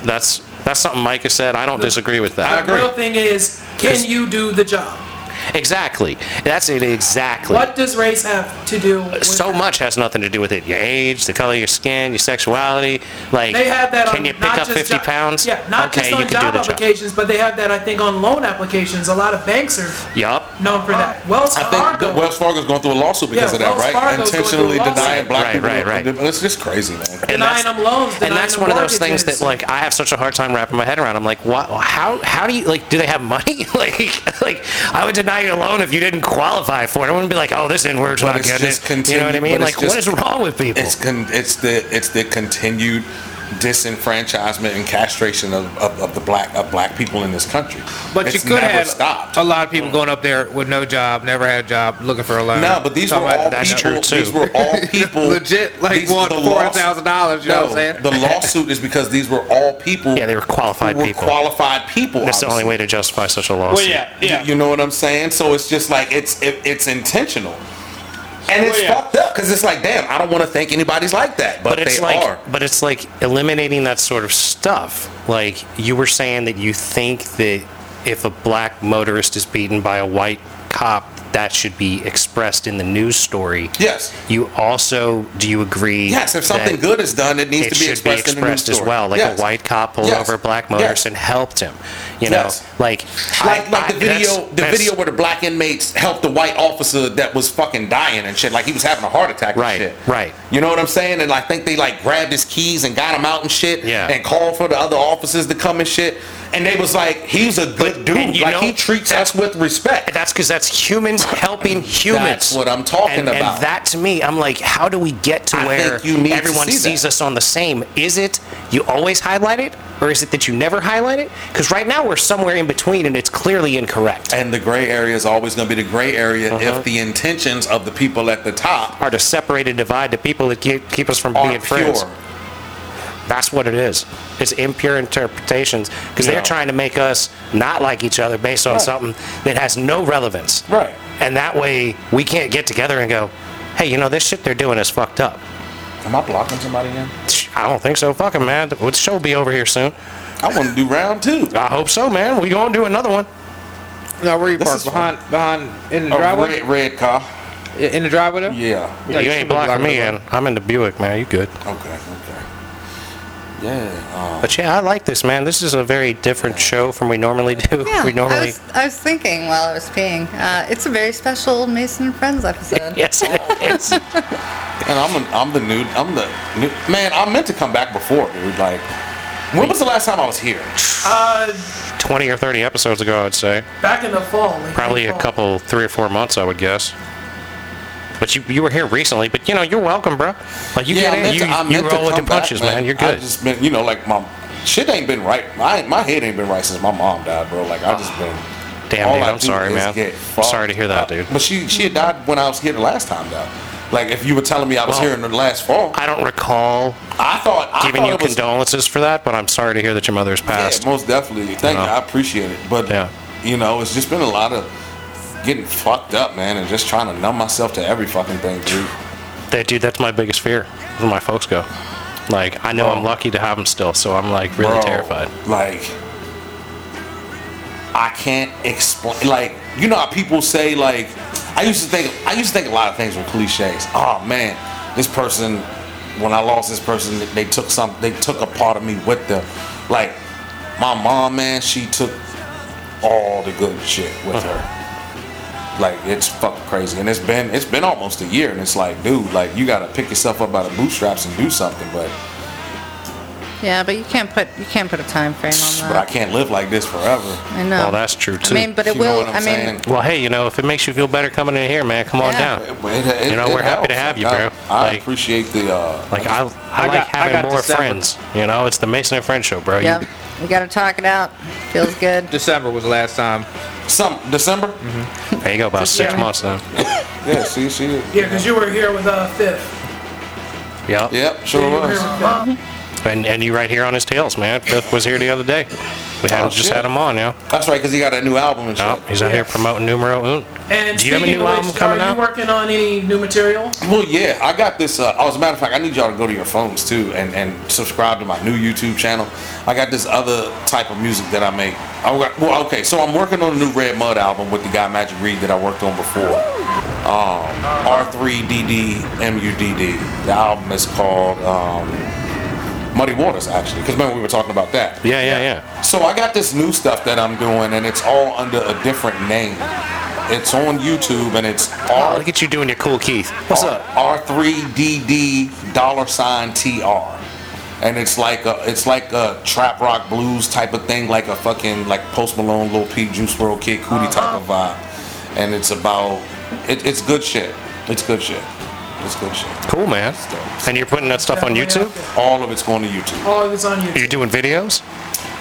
[SPEAKER 1] That's that's something Mike has said. I don't disagree with that.
[SPEAKER 2] The real thing is, can you do the job?
[SPEAKER 1] Exactly. That's it. Exactly.
[SPEAKER 2] What does race have to do with
[SPEAKER 1] so
[SPEAKER 2] that?
[SPEAKER 1] much has nothing to do with it. Your age, the color of your skin, your sexuality. Like,
[SPEAKER 2] They have that
[SPEAKER 1] can
[SPEAKER 2] on
[SPEAKER 1] you pick
[SPEAKER 2] not
[SPEAKER 1] up
[SPEAKER 2] just
[SPEAKER 1] 50
[SPEAKER 2] jo-
[SPEAKER 1] pounds?
[SPEAKER 2] Yeah, not
[SPEAKER 1] okay,
[SPEAKER 2] just on
[SPEAKER 1] you can
[SPEAKER 2] job
[SPEAKER 1] do the
[SPEAKER 2] applications, but they have that I think on loan applications. A lot of banks are
[SPEAKER 1] Yup.
[SPEAKER 2] known for that. Wells
[SPEAKER 4] I think
[SPEAKER 2] Fargo.
[SPEAKER 4] that Wells Fargo's going through a lawsuit because
[SPEAKER 2] Yeah,
[SPEAKER 4] of that,
[SPEAKER 2] Wells
[SPEAKER 4] right?
[SPEAKER 2] Fargo's going through a
[SPEAKER 4] Intentionally
[SPEAKER 2] lawsuit.
[SPEAKER 4] denying black
[SPEAKER 1] Right,
[SPEAKER 4] people.
[SPEAKER 1] right, right.
[SPEAKER 4] It's just crazy, man.
[SPEAKER 1] And
[SPEAKER 2] Denying
[SPEAKER 1] that's-
[SPEAKER 2] them loans,
[SPEAKER 1] And
[SPEAKER 2] denying
[SPEAKER 1] that's
[SPEAKER 2] them
[SPEAKER 1] one of those things that,
[SPEAKER 2] mortgages.
[SPEAKER 1] like, I have such a hard time wrapping my head around. I'm like, what? How? How do you like? Do they have money? (laughs) like, like, I would deny you a loan if you didn't qualify for it. I wouldn't be like, oh, this inward's not
[SPEAKER 4] it's
[SPEAKER 1] getting
[SPEAKER 4] just
[SPEAKER 1] it. You know what I
[SPEAKER 4] continu-
[SPEAKER 1] mean?
[SPEAKER 4] but
[SPEAKER 1] Like,
[SPEAKER 4] it's
[SPEAKER 1] what is
[SPEAKER 4] just-
[SPEAKER 1] wrong with people?
[SPEAKER 4] It's con- it's the it's the continued disenfranchisement and castration of, of, of the black of black people in this country.
[SPEAKER 5] But
[SPEAKER 4] it's
[SPEAKER 5] you could
[SPEAKER 4] never
[SPEAKER 5] have
[SPEAKER 4] stopped.
[SPEAKER 5] a lot of people going up there with no job, never had a job, looking for a loan.
[SPEAKER 4] No, but these were
[SPEAKER 5] Talking
[SPEAKER 4] all
[SPEAKER 5] about-
[SPEAKER 1] Uh, That's
[SPEAKER 4] people.
[SPEAKER 1] true, too.
[SPEAKER 4] These were
[SPEAKER 1] (laughs)
[SPEAKER 4] all people.
[SPEAKER 5] Legit, like,
[SPEAKER 4] these-
[SPEAKER 5] what,
[SPEAKER 4] the
[SPEAKER 5] $4,000, you know what I'm saying?
[SPEAKER 4] The lawsuit is because these were all people.
[SPEAKER 1] Yeah, they were qualified
[SPEAKER 4] who were
[SPEAKER 1] people.
[SPEAKER 4] Qualified people.
[SPEAKER 1] That's the only
[SPEAKER 4] obviously.
[SPEAKER 1] way to justify such a lawsuit.
[SPEAKER 5] Well, Oh, yeah, yeah.
[SPEAKER 4] You, you know what I'm saying? So it's just like it's it, it's intentional, and it's
[SPEAKER 5] Well, Oh, yeah.
[SPEAKER 4] fucked up because it's like, damn, I don't want to think anybody's like that, but,
[SPEAKER 1] but it's
[SPEAKER 4] they
[SPEAKER 1] like
[SPEAKER 4] are.
[SPEAKER 1] but it's like eliminating that sort of stuff like you were saying that you think that if a black motorist is beaten by a white cop that should be expressed in the news story
[SPEAKER 4] Yes.
[SPEAKER 1] you also do you agree
[SPEAKER 4] Yes, if something
[SPEAKER 1] that
[SPEAKER 4] good is done, it needs
[SPEAKER 1] it
[SPEAKER 4] to be
[SPEAKER 1] should
[SPEAKER 4] expressed,
[SPEAKER 1] be
[SPEAKER 4] in the news
[SPEAKER 1] expressed as
[SPEAKER 4] story.
[SPEAKER 1] well like
[SPEAKER 4] Yes.
[SPEAKER 1] a white cop pulled
[SPEAKER 4] Yes.
[SPEAKER 1] over a black
[SPEAKER 4] Yes.
[SPEAKER 1] motorist and helped him you know
[SPEAKER 4] Yes.
[SPEAKER 1] like
[SPEAKER 4] Like, like the video,
[SPEAKER 1] that's-
[SPEAKER 4] the
[SPEAKER 1] that's-
[SPEAKER 4] video where the black inmates helped the white officer that was fucking dying and shit. Like he was having a heart attack.
[SPEAKER 1] Right,
[SPEAKER 4] and shit.
[SPEAKER 1] right.
[SPEAKER 4] You know what I'm saying? And I think they like grabbed his keys and got him out and shit.
[SPEAKER 1] Yeah.
[SPEAKER 4] And called for the other officers to come and shit. and they was like, he's a good dude.
[SPEAKER 1] and you
[SPEAKER 4] Like
[SPEAKER 1] know,
[SPEAKER 4] he treats us with respect.
[SPEAKER 1] That's because that's humans helping humans.
[SPEAKER 4] That's what I'm talking
[SPEAKER 1] And-
[SPEAKER 4] about.
[SPEAKER 1] And that to me, I'm like, how do we get to
[SPEAKER 4] I
[SPEAKER 1] where
[SPEAKER 4] think you need to
[SPEAKER 1] everyone
[SPEAKER 4] see that.
[SPEAKER 1] sees us on the same? Is it you always highlight it, or is it that you never highlight it? Because right now we're somewhere in between, and it's clearly incorrect.
[SPEAKER 4] And the gray area is always going to be the gray area
[SPEAKER 1] Uh-huh.
[SPEAKER 4] if the intentions of the people at the top
[SPEAKER 1] Are to separate and divide the people that keep, keep us from
[SPEAKER 4] are
[SPEAKER 1] being friends.
[SPEAKER 4] pure.
[SPEAKER 1] That's what it is. It's impure interpretations because
[SPEAKER 4] Yeah.
[SPEAKER 1] they're trying to make us not like each other based on something that has no relevance.
[SPEAKER 4] Right.
[SPEAKER 1] And that way we can't get together and go, hey, you know, this shit they're doing is fucked up.
[SPEAKER 4] Am I blocking somebody in?
[SPEAKER 1] I don't think so. Fucking man, the show will be over here soon.
[SPEAKER 4] I want to do round two.
[SPEAKER 1] I hope so, man. We gonna do another one.
[SPEAKER 5] No, where you
[SPEAKER 4] This
[SPEAKER 5] park?
[SPEAKER 4] is
[SPEAKER 5] Behind, behind, in the
[SPEAKER 4] A
[SPEAKER 5] driveway?
[SPEAKER 4] red, red car.
[SPEAKER 5] In the driveway there?
[SPEAKER 4] Yeah.
[SPEAKER 5] Yeah,
[SPEAKER 1] you
[SPEAKER 5] you should
[SPEAKER 1] ain't
[SPEAKER 5] be
[SPEAKER 1] blocking
[SPEAKER 5] blocking
[SPEAKER 1] me
[SPEAKER 5] the
[SPEAKER 1] in. I'm in the Buick, man. You good?
[SPEAKER 4] Okay. Okay. Yeah. uh,
[SPEAKER 1] But yeah, I like this, man. This is a very different show from we normally do.
[SPEAKER 3] Yeah,
[SPEAKER 1] we
[SPEAKER 3] I,
[SPEAKER 1] normally.
[SPEAKER 3] was, I was thinking while I was peeing. Uh, it's a very special Mason and Friends
[SPEAKER 1] (laughs)
[SPEAKER 3] episode.
[SPEAKER 1] Yes, it is.
[SPEAKER 4] Um, and I'm a, I'm the new I'm the new man. I meant to come back before, dude. Like, when was the last time I was here?
[SPEAKER 2] Uh,
[SPEAKER 1] Twenty or thirty episodes ago, I'd say.
[SPEAKER 2] back in the fall. like,
[SPEAKER 1] Probably a
[SPEAKER 2] fall.
[SPEAKER 1] couple, three or four months, I would guess. But you, you were here recently. But you know, you're welcome, bro. Like you
[SPEAKER 4] I
[SPEAKER 1] get
[SPEAKER 4] meant
[SPEAKER 1] in,
[SPEAKER 4] to- I
[SPEAKER 1] you,
[SPEAKER 4] meant
[SPEAKER 1] you
[SPEAKER 4] to
[SPEAKER 1] roll with the
[SPEAKER 4] come back,
[SPEAKER 1] punches, man. You're
[SPEAKER 4] I
[SPEAKER 1] good.
[SPEAKER 4] just been, you know, like my shit ain't been right. My my head ain't been right since my mom died, bro. Like I just been.
[SPEAKER 1] Damn,
[SPEAKER 4] all
[SPEAKER 1] dude,
[SPEAKER 4] I
[SPEAKER 1] I'm
[SPEAKER 4] do
[SPEAKER 1] sorry,
[SPEAKER 4] is
[SPEAKER 1] man.
[SPEAKER 4] get
[SPEAKER 1] I'm
[SPEAKER 4] fucked
[SPEAKER 1] sorry to hear that,
[SPEAKER 4] up.
[SPEAKER 1] dude.
[SPEAKER 4] But she she had died when I was here the last time, though. Like if you were telling me I was
[SPEAKER 1] Well,
[SPEAKER 4] here in the last fall, I,
[SPEAKER 1] I don't recall
[SPEAKER 4] thought I
[SPEAKER 1] giving
[SPEAKER 4] thought
[SPEAKER 1] you
[SPEAKER 4] it was,
[SPEAKER 1] condolences for that, but I'm sorry to hear that your mother's passed.
[SPEAKER 4] Yeah, most definitely. Thank
[SPEAKER 1] know?
[SPEAKER 4] you. I appreciate it. But
[SPEAKER 1] Yeah.
[SPEAKER 4] you know, it's just been a lot of getting fucked up, man, and just trying to numb myself to every fucking thing, dude.
[SPEAKER 1] that dude that's my biggest fear when my folks go like i know i'm lucky to have them still so i'm like really
[SPEAKER 4] Bro,
[SPEAKER 1] terrified
[SPEAKER 4] Like, I can't explain. Like, you know how people say like, I used to think I used to think a lot of things were cliches. Oh man, this person, when I lost this person, they- they took some, they took a part of me with them. Like, my mom, man, she took all the good shit with
[SPEAKER 1] Uh-huh.
[SPEAKER 4] her. Like it's fucking crazy, and it's been it's been almost a year, and it's like, dude, like you gotta pick yourself up by the bootstraps and do something. But
[SPEAKER 3] Yeah, but you can't put you can't put a time frame on
[SPEAKER 4] but I
[SPEAKER 3] that.
[SPEAKER 4] can't live like this forever.
[SPEAKER 3] I know.
[SPEAKER 1] well that's true
[SPEAKER 3] I
[SPEAKER 1] too
[SPEAKER 3] mean, but it
[SPEAKER 4] You know
[SPEAKER 3] will.
[SPEAKER 4] what I'm
[SPEAKER 3] I mean,
[SPEAKER 4] saying?
[SPEAKER 1] well hey you know if it makes you feel better coming in here man come on
[SPEAKER 3] Yeah.
[SPEAKER 1] down
[SPEAKER 4] It- it-
[SPEAKER 1] You know,
[SPEAKER 4] it
[SPEAKER 1] we're happy to
[SPEAKER 4] helps.
[SPEAKER 1] have you,
[SPEAKER 4] I-
[SPEAKER 1] bro.
[SPEAKER 4] I,
[SPEAKER 1] Like-
[SPEAKER 4] appreciate the. Uh,
[SPEAKER 1] like i, I, like
[SPEAKER 5] got- I
[SPEAKER 1] having
[SPEAKER 5] got
[SPEAKER 1] more
[SPEAKER 5] December.
[SPEAKER 1] friends you know it's the mason and friend show bro You-
[SPEAKER 3] yep. We gotta talk it out. Feels
[SPEAKER 1] (laughs)
[SPEAKER 3] good.
[SPEAKER 5] December was the last time.
[SPEAKER 4] some December.
[SPEAKER 1] Mm-hmm. there you go about six
[SPEAKER 2] yeah.
[SPEAKER 1] months then
[SPEAKER 4] Yeah, see, she.
[SPEAKER 2] Yeah, because you were here with uh, Fifth.
[SPEAKER 1] yep
[SPEAKER 4] Yep, sure
[SPEAKER 2] You were here
[SPEAKER 4] was.
[SPEAKER 2] with Fifth.
[SPEAKER 1] and and you right here on his tails man Fifth was here the other day we had
[SPEAKER 4] Oh,
[SPEAKER 1] just
[SPEAKER 4] shit.
[SPEAKER 1] had him on you know
[SPEAKER 4] That's right, because he got a new album and shit.
[SPEAKER 1] Yep, he's out here promoting numero un
[SPEAKER 2] And
[SPEAKER 1] do you have a
[SPEAKER 2] speaking
[SPEAKER 1] new
[SPEAKER 2] of
[SPEAKER 1] album
[SPEAKER 2] which,
[SPEAKER 1] coming
[SPEAKER 2] are
[SPEAKER 1] out
[SPEAKER 2] you working on any new material?
[SPEAKER 4] Well, yeah, I got this. Uh, oh, as a matter of fact, I need y'all to go to your phones too and, and subscribe to my new YouTube channel. I got this other type of music that I make. I got, well, okay, so I'm working on a new Red Mud album with the guy Magic Reed that I worked on before. Um, R3DDMUDD. The album is called um, Muddy Waters, actually, because remember we were talking about that.
[SPEAKER 1] yeah yeah yeah
[SPEAKER 4] So I got this new stuff that I'm doing, and it's all under a different name. It's on YouTube, and it's
[SPEAKER 1] oh
[SPEAKER 4] R.
[SPEAKER 1] look at you doing your cool keith
[SPEAKER 4] Oh.
[SPEAKER 1] what's up
[SPEAKER 4] R3DD dollar sign TR. And it's like a it's like a trap rock blues type of thing, like a fucking like Post Malone, Lil Peep, Juice World, Kid Cootie
[SPEAKER 1] Uh-huh.
[SPEAKER 4] type of vibe. And it's about it, it's good shit. It's good shit. It's good shit.
[SPEAKER 1] cool man and you're putting that stuff on
[SPEAKER 2] Definitely
[SPEAKER 1] youtube
[SPEAKER 2] out there.
[SPEAKER 4] All of it's going to YouTube.
[SPEAKER 2] All of it's on
[SPEAKER 1] Are you
[SPEAKER 2] YouTube.
[SPEAKER 1] doing videos?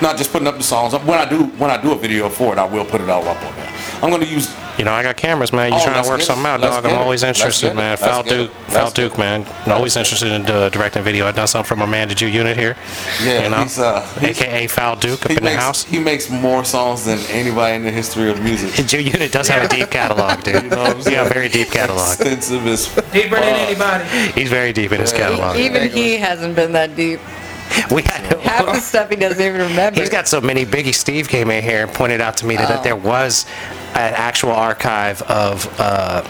[SPEAKER 4] Not just putting up the songs. When I do when I do a video for it, I will put it all up on there. I'm gonna use
[SPEAKER 1] You know, I got cameras, man. You
[SPEAKER 4] Oh,
[SPEAKER 1] trying
[SPEAKER 4] let's
[SPEAKER 1] to work
[SPEAKER 4] get it.
[SPEAKER 1] something out,
[SPEAKER 4] Let's
[SPEAKER 1] dog?
[SPEAKER 4] get
[SPEAKER 1] I'm
[SPEAKER 4] it.
[SPEAKER 1] always
[SPEAKER 4] Let's get
[SPEAKER 1] interested,
[SPEAKER 4] it.
[SPEAKER 1] man.
[SPEAKER 4] Let's
[SPEAKER 1] Foul
[SPEAKER 4] get it.
[SPEAKER 1] Duke,
[SPEAKER 4] Let's
[SPEAKER 1] Foul
[SPEAKER 4] get it.
[SPEAKER 1] Duke, man. I'm always interested in uh, directing video. I done something from a man to Jew unit here.
[SPEAKER 4] Yeah,
[SPEAKER 1] you know,
[SPEAKER 4] he's, uh, he's-
[SPEAKER 1] aka Foul Duke up
[SPEAKER 4] he
[SPEAKER 1] in the
[SPEAKER 4] makes
[SPEAKER 1] house.
[SPEAKER 4] he makes more songs than anybody in the history of music.
[SPEAKER 1] Jew unit does have a deep
[SPEAKER 4] (laughs)
[SPEAKER 1] catalog, dude.
[SPEAKER 4] know what I'm
[SPEAKER 1] yeah,
[SPEAKER 4] saying?
[SPEAKER 1] very deep catalog.
[SPEAKER 4] Extensive as
[SPEAKER 2] Deeper
[SPEAKER 4] Uh,
[SPEAKER 2] than anybody.
[SPEAKER 1] He's very deep in his
[SPEAKER 3] E-
[SPEAKER 1] catalog.
[SPEAKER 3] even he hasn't been
[SPEAKER 1] (laughs)
[SPEAKER 3] that deep.
[SPEAKER 1] we
[SPEAKER 3] (laughs)
[SPEAKER 1] had,
[SPEAKER 3] Half the stuff he doesn't even remember.
[SPEAKER 1] He's got so many. Biggie Steve came in here and pointed out to me that, that there was an actual archive of uh,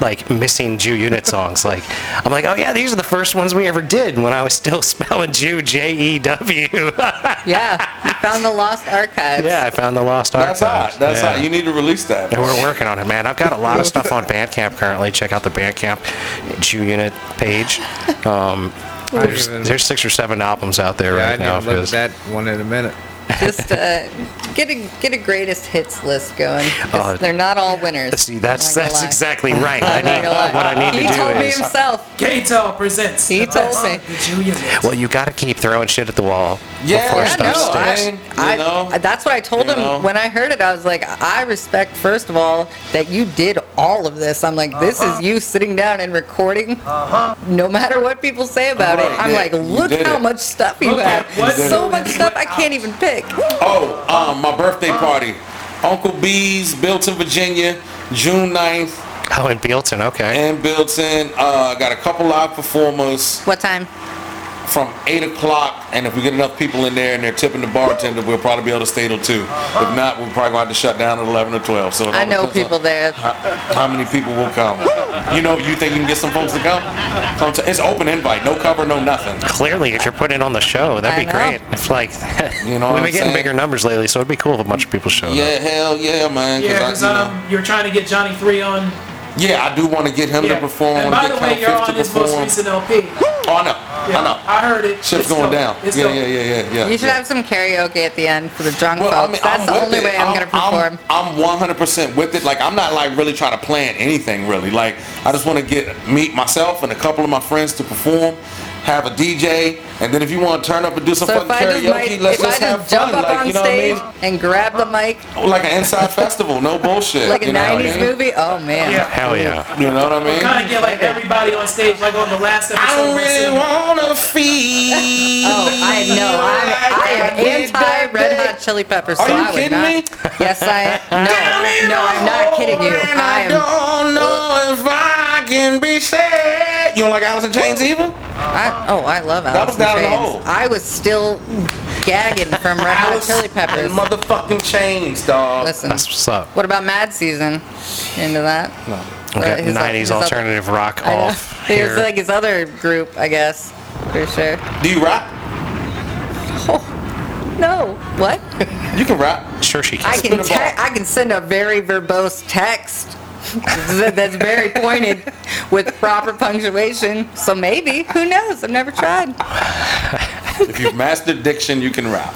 [SPEAKER 1] like missing Jew unit songs. Like I'm like, oh yeah, these are the first ones we ever did when I was still (laughs) spelling Jew J E W.
[SPEAKER 3] yeah, he found the lost archives.
[SPEAKER 1] Yeah, I found the lost
[SPEAKER 4] That's
[SPEAKER 1] archive.
[SPEAKER 4] hot. That's
[SPEAKER 1] yeah.
[SPEAKER 4] hot. You need to release that.
[SPEAKER 1] And we're working on it, man. I've got a lot of stuff on Bandcamp currently. Check out the Bandcamp Jew Unit page. Um,
[SPEAKER 5] I
[SPEAKER 1] there's, (laughs)
[SPEAKER 5] even-
[SPEAKER 1] there's six or seven albums out there
[SPEAKER 5] Yeah, I
[SPEAKER 1] right
[SPEAKER 5] need
[SPEAKER 1] now.
[SPEAKER 5] to look at
[SPEAKER 1] 'cause-
[SPEAKER 5] that one in a minute.
[SPEAKER 3] (laughs) Just uh, get a get a greatest hits list going. 'cause
[SPEAKER 1] Oh.
[SPEAKER 3] they're not all winners.
[SPEAKER 1] See, that's
[SPEAKER 3] I'm not
[SPEAKER 1] that's
[SPEAKER 3] gonna lie.
[SPEAKER 1] exactly right. I
[SPEAKER 3] I'm not
[SPEAKER 1] need,
[SPEAKER 3] gonna lie.
[SPEAKER 1] (laughs) what I need
[SPEAKER 3] he
[SPEAKER 1] to do
[SPEAKER 3] told me
[SPEAKER 1] is.
[SPEAKER 3] himself.
[SPEAKER 2] Gatel presents.
[SPEAKER 3] He
[SPEAKER 2] the
[SPEAKER 3] told
[SPEAKER 2] best
[SPEAKER 3] me.
[SPEAKER 2] of the Junior Mix.
[SPEAKER 1] Well, you got to keep throwing shit at the wall
[SPEAKER 4] Yeah,
[SPEAKER 1] before
[SPEAKER 4] I
[SPEAKER 1] stuff
[SPEAKER 4] know.
[SPEAKER 1] sticks.
[SPEAKER 4] Stan,
[SPEAKER 3] I,
[SPEAKER 4] you know,
[SPEAKER 3] I- that's what I told
[SPEAKER 4] you
[SPEAKER 3] him
[SPEAKER 4] know.
[SPEAKER 3] when I heard it. I was like, I respect first of all that you did all of this. I'm like, this
[SPEAKER 2] Uh-huh.
[SPEAKER 3] is you sitting down and recording, no matter what people say about it.
[SPEAKER 4] Right,
[SPEAKER 3] I'm
[SPEAKER 4] yeah,
[SPEAKER 3] like,
[SPEAKER 4] you
[SPEAKER 3] look
[SPEAKER 4] did
[SPEAKER 3] how
[SPEAKER 4] it.
[SPEAKER 3] much stuff you
[SPEAKER 2] Look at
[SPEAKER 3] have.
[SPEAKER 2] what you
[SPEAKER 3] So
[SPEAKER 2] did.
[SPEAKER 3] much stuff I can't even pick.
[SPEAKER 4] Oh, um, my birthday party. Uncle B's, Bilton, Virginia, June 9th,
[SPEAKER 1] Oh, and Bealton, okay.
[SPEAKER 4] and Bilton. Uh, got a couple live performers
[SPEAKER 3] What time?
[SPEAKER 4] from 8 o'clock, and if we get enough people in there and they're tipping the bartender, we'll probably be able to stay till 2. If not, we'll probably gonna have to shut down at 11 or 12. So it
[SPEAKER 3] I
[SPEAKER 4] all
[SPEAKER 3] know
[SPEAKER 4] depends on
[SPEAKER 3] people there.
[SPEAKER 4] How, how many people will come? You know, you think you can get some folks to come? Somet- It's open invite, no cover, no nothing.
[SPEAKER 1] Clearly, if you're putting it on the show, that'd
[SPEAKER 3] I
[SPEAKER 1] be
[SPEAKER 3] know.
[SPEAKER 1] great. It's like (laughs)
[SPEAKER 4] You know what
[SPEAKER 1] we've
[SPEAKER 4] I'm
[SPEAKER 1] been getting
[SPEAKER 4] saying?
[SPEAKER 1] bigger numbers lately, so it'd be cool if a bunch of people showed up.
[SPEAKER 4] Yeah, hell yeah, man.
[SPEAKER 2] Yeah,
[SPEAKER 4] I-
[SPEAKER 2] because um, you're trying to get Johnny Three on.
[SPEAKER 4] yeah, I do want to get him
[SPEAKER 2] Yeah.
[SPEAKER 4] to perform.
[SPEAKER 2] and
[SPEAKER 4] wanna
[SPEAKER 2] by
[SPEAKER 4] get
[SPEAKER 2] the way,
[SPEAKER 4] Count
[SPEAKER 2] you're
[SPEAKER 4] Fifth
[SPEAKER 2] on
[SPEAKER 4] to
[SPEAKER 2] his most
[SPEAKER 4] perform.
[SPEAKER 2] recent LP.
[SPEAKER 4] Oh, I know.
[SPEAKER 2] Yeah,
[SPEAKER 4] I know.
[SPEAKER 2] I heard it.
[SPEAKER 4] Shit's
[SPEAKER 2] It's
[SPEAKER 4] going
[SPEAKER 2] dope.
[SPEAKER 4] down.
[SPEAKER 2] It's
[SPEAKER 4] yeah,
[SPEAKER 2] dope.
[SPEAKER 4] yeah, yeah, yeah, yeah.
[SPEAKER 3] You should
[SPEAKER 4] yeah.
[SPEAKER 3] have some karaoke at the end for the drunk
[SPEAKER 4] Well, I
[SPEAKER 3] folks.
[SPEAKER 4] mean,
[SPEAKER 3] That's the
[SPEAKER 4] with
[SPEAKER 3] only
[SPEAKER 4] it.
[SPEAKER 3] way I'm, gonna perform.
[SPEAKER 4] I'm, 100% with it. Like, I'm not like really trying to plan anything really. Like, I just want to get meet myself and a couple of my friends to perform, have a DJ, and then if you want to turn up and do some
[SPEAKER 3] so if
[SPEAKER 4] fucking
[SPEAKER 3] I just,
[SPEAKER 4] karaoke,
[SPEAKER 3] might,
[SPEAKER 4] let's
[SPEAKER 3] if I
[SPEAKER 4] just have
[SPEAKER 3] just jump
[SPEAKER 4] fun.
[SPEAKER 3] up
[SPEAKER 4] Like,
[SPEAKER 3] on
[SPEAKER 4] you know
[SPEAKER 3] stage
[SPEAKER 4] what
[SPEAKER 3] and grab the mic
[SPEAKER 4] I mean? Like
[SPEAKER 3] (laughs)
[SPEAKER 4] an inside festival, no bullshit.
[SPEAKER 3] like a
[SPEAKER 4] you know what I
[SPEAKER 3] 90s
[SPEAKER 4] mean?
[SPEAKER 3] movie, oh man.
[SPEAKER 2] Yeah.
[SPEAKER 1] Hell yeah.
[SPEAKER 4] You know what I mean?
[SPEAKER 2] Kind of get like everybody on stage, like on the last episode.
[SPEAKER 4] I don't
[SPEAKER 2] of that
[SPEAKER 4] really
[SPEAKER 2] season.
[SPEAKER 4] wanna feel.
[SPEAKER 3] (laughs) Oh,
[SPEAKER 4] (laughs)
[SPEAKER 3] I know. I'm, I am anti Red Hot Chili Peppers. So
[SPEAKER 4] Are you
[SPEAKER 3] I would
[SPEAKER 4] kidding
[SPEAKER 3] not,
[SPEAKER 4] me?
[SPEAKER 3] Yes,
[SPEAKER 4] (laughs)
[SPEAKER 3] I. No, no, I'm not kidding you.
[SPEAKER 4] And
[SPEAKER 3] I am.
[SPEAKER 4] don't know if I can be sad. You don't like Alice in Chains either?
[SPEAKER 3] I, oh, I love Alice.
[SPEAKER 4] was
[SPEAKER 3] in
[SPEAKER 4] down the
[SPEAKER 3] Chains.
[SPEAKER 4] hole.
[SPEAKER 3] I was still gagging from Red Hot Chili Peppers.
[SPEAKER 4] in motherfucking Chains, dog.
[SPEAKER 3] Listen,
[SPEAKER 1] That's what's up.
[SPEAKER 3] what about Mad Season? Into that? No.
[SPEAKER 1] We got 90s alternative rock
[SPEAKER 3] I know.
[SPEAKER 1] off
[SPEAKER 3] He
[SPEAKER 1] here.
[SPEAKER 3] was like his other group, I guess, for sure.
[SPEAKER 4] Do you rap?
[SPEAKER 3] Oh, no. What?
[SPEAKER 4] You can rap.
[SPEAKER 1] sure she (laughs) can.
[SPEAKER 3] I
[SPEAKER 4] Spit
[SPEAKER 3] can
[SPEAKER 4] a
[SPEAKER 3] te-
[SPEAKER 4] ball.
[SPEAKER 3] I can send a very verbose text that- that's very pointed with proper punctuation. So maybe, who knows? I've never tried.
[SPEAKER 4] If you've mastered diction, you can rap.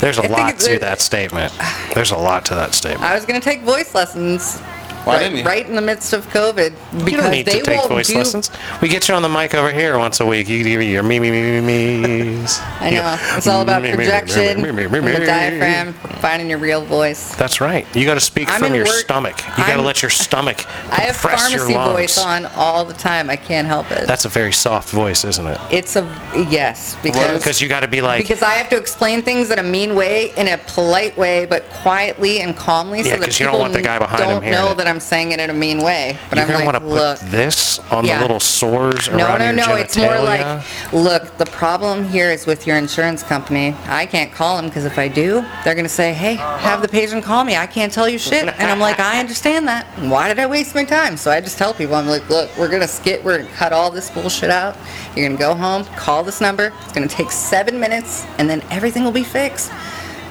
[SPEAKER 1] There's a
[SPEAKER 3] think
[SPEAKER 1] lot
[SPEAKER 3] it's-
[SPEAKER 1] to that statement. There's a lot to that statement.
[SPEAKER 3] I was going to take voice lessons
[SPEAKER 4] Why
[SPEAKER 3] right,
[SPEAKER 4] didn't you?
[SPEAKER 3] right in the midst of COVID because
[SPEAKER 1] You don't need
[SPEAKER 3] they
[SPEAKER 1] to take
[SPEAKER 3] won't
[SPEAKER 1] voice
[SPEAKER 3] do.
[SPEAKER 1] lessons. We get you on the mic over here once a week. You can give me your me me me me me's.
[SPEAKER 3] I know. It's all about projection, and the diaphragm, finding your real voice.
[SPEAKER 1] That's right. You got to speak
[SPEAKER 3] I'm
[SPEAKER 1] from
[SPEAKER 3] in
[SPEAKER 1] your
[SPEAKER 3] work-
[SPEAKER 1] stomach. You got to
[SPEAKER 3] I'm-
[SPEAKER 1] let your stomach
[SPEAKER 3] (laughs) I have
[SPEAKER 1] compress your
[SPEAKER 3] pharmacy
[SPEAKER 1] lungs.
[SPEAKER 3] voice on all the time. I can't help it.
[SPEAKER 1] That's a very soft voice, isn't it?
[SPEAKER 3] it's a yes because
[SPEAKER 1] Because you got to be like,
[SPEAKER 3] because I have to explain things in a mean way, in a polite way, but quietly and calmly,
[SPEAKER 1] Yeah,
[SPEAKER 3] so that
[SPEAKER 1] 'cause you
[SPEAKER 3] people
[SPEAKER 1] don't want the guy behind him
[SPEAKER 3] don't
[SPEAKER 1] hearing
[SPEAKER 3] know
[SPEAKER 1] it.
[SPEAKER 3] that I'm saying it in a mean way. But
[SPEAKER 1] you're
[SPEAKER 3] I'm
[SPEAKER 1] gonna
[SPEAKER 3] like,
[SPEAKER 1] want to put
[SPEAKER 3] look,
[SPEAKER 1] this on
[SPEAKER 3] Yeah.
[SPEAKER 1] the little sores
[SPEAKER 3] no,
[SPEAKER 1] around
[SPEAKER 3] no,
[SPEAKER 1] your
[SPEAKER 3] no.
[SPEAKER 1] genitalia.
[SPEAKER 3] It's more like, look, the problem here is with your insurance company. I can't call them because if I do, they're gonna say, hey, have the patient call me. I can't tell you shit. And I'm like, I understand that. Why did I waste my time? So I just tell people, I'm like, look, we're gonna skip, we're gonna cut all this bullshit out. You're gonna go home, call this number. It's gonna take seven minutes, and then everything will be fixed.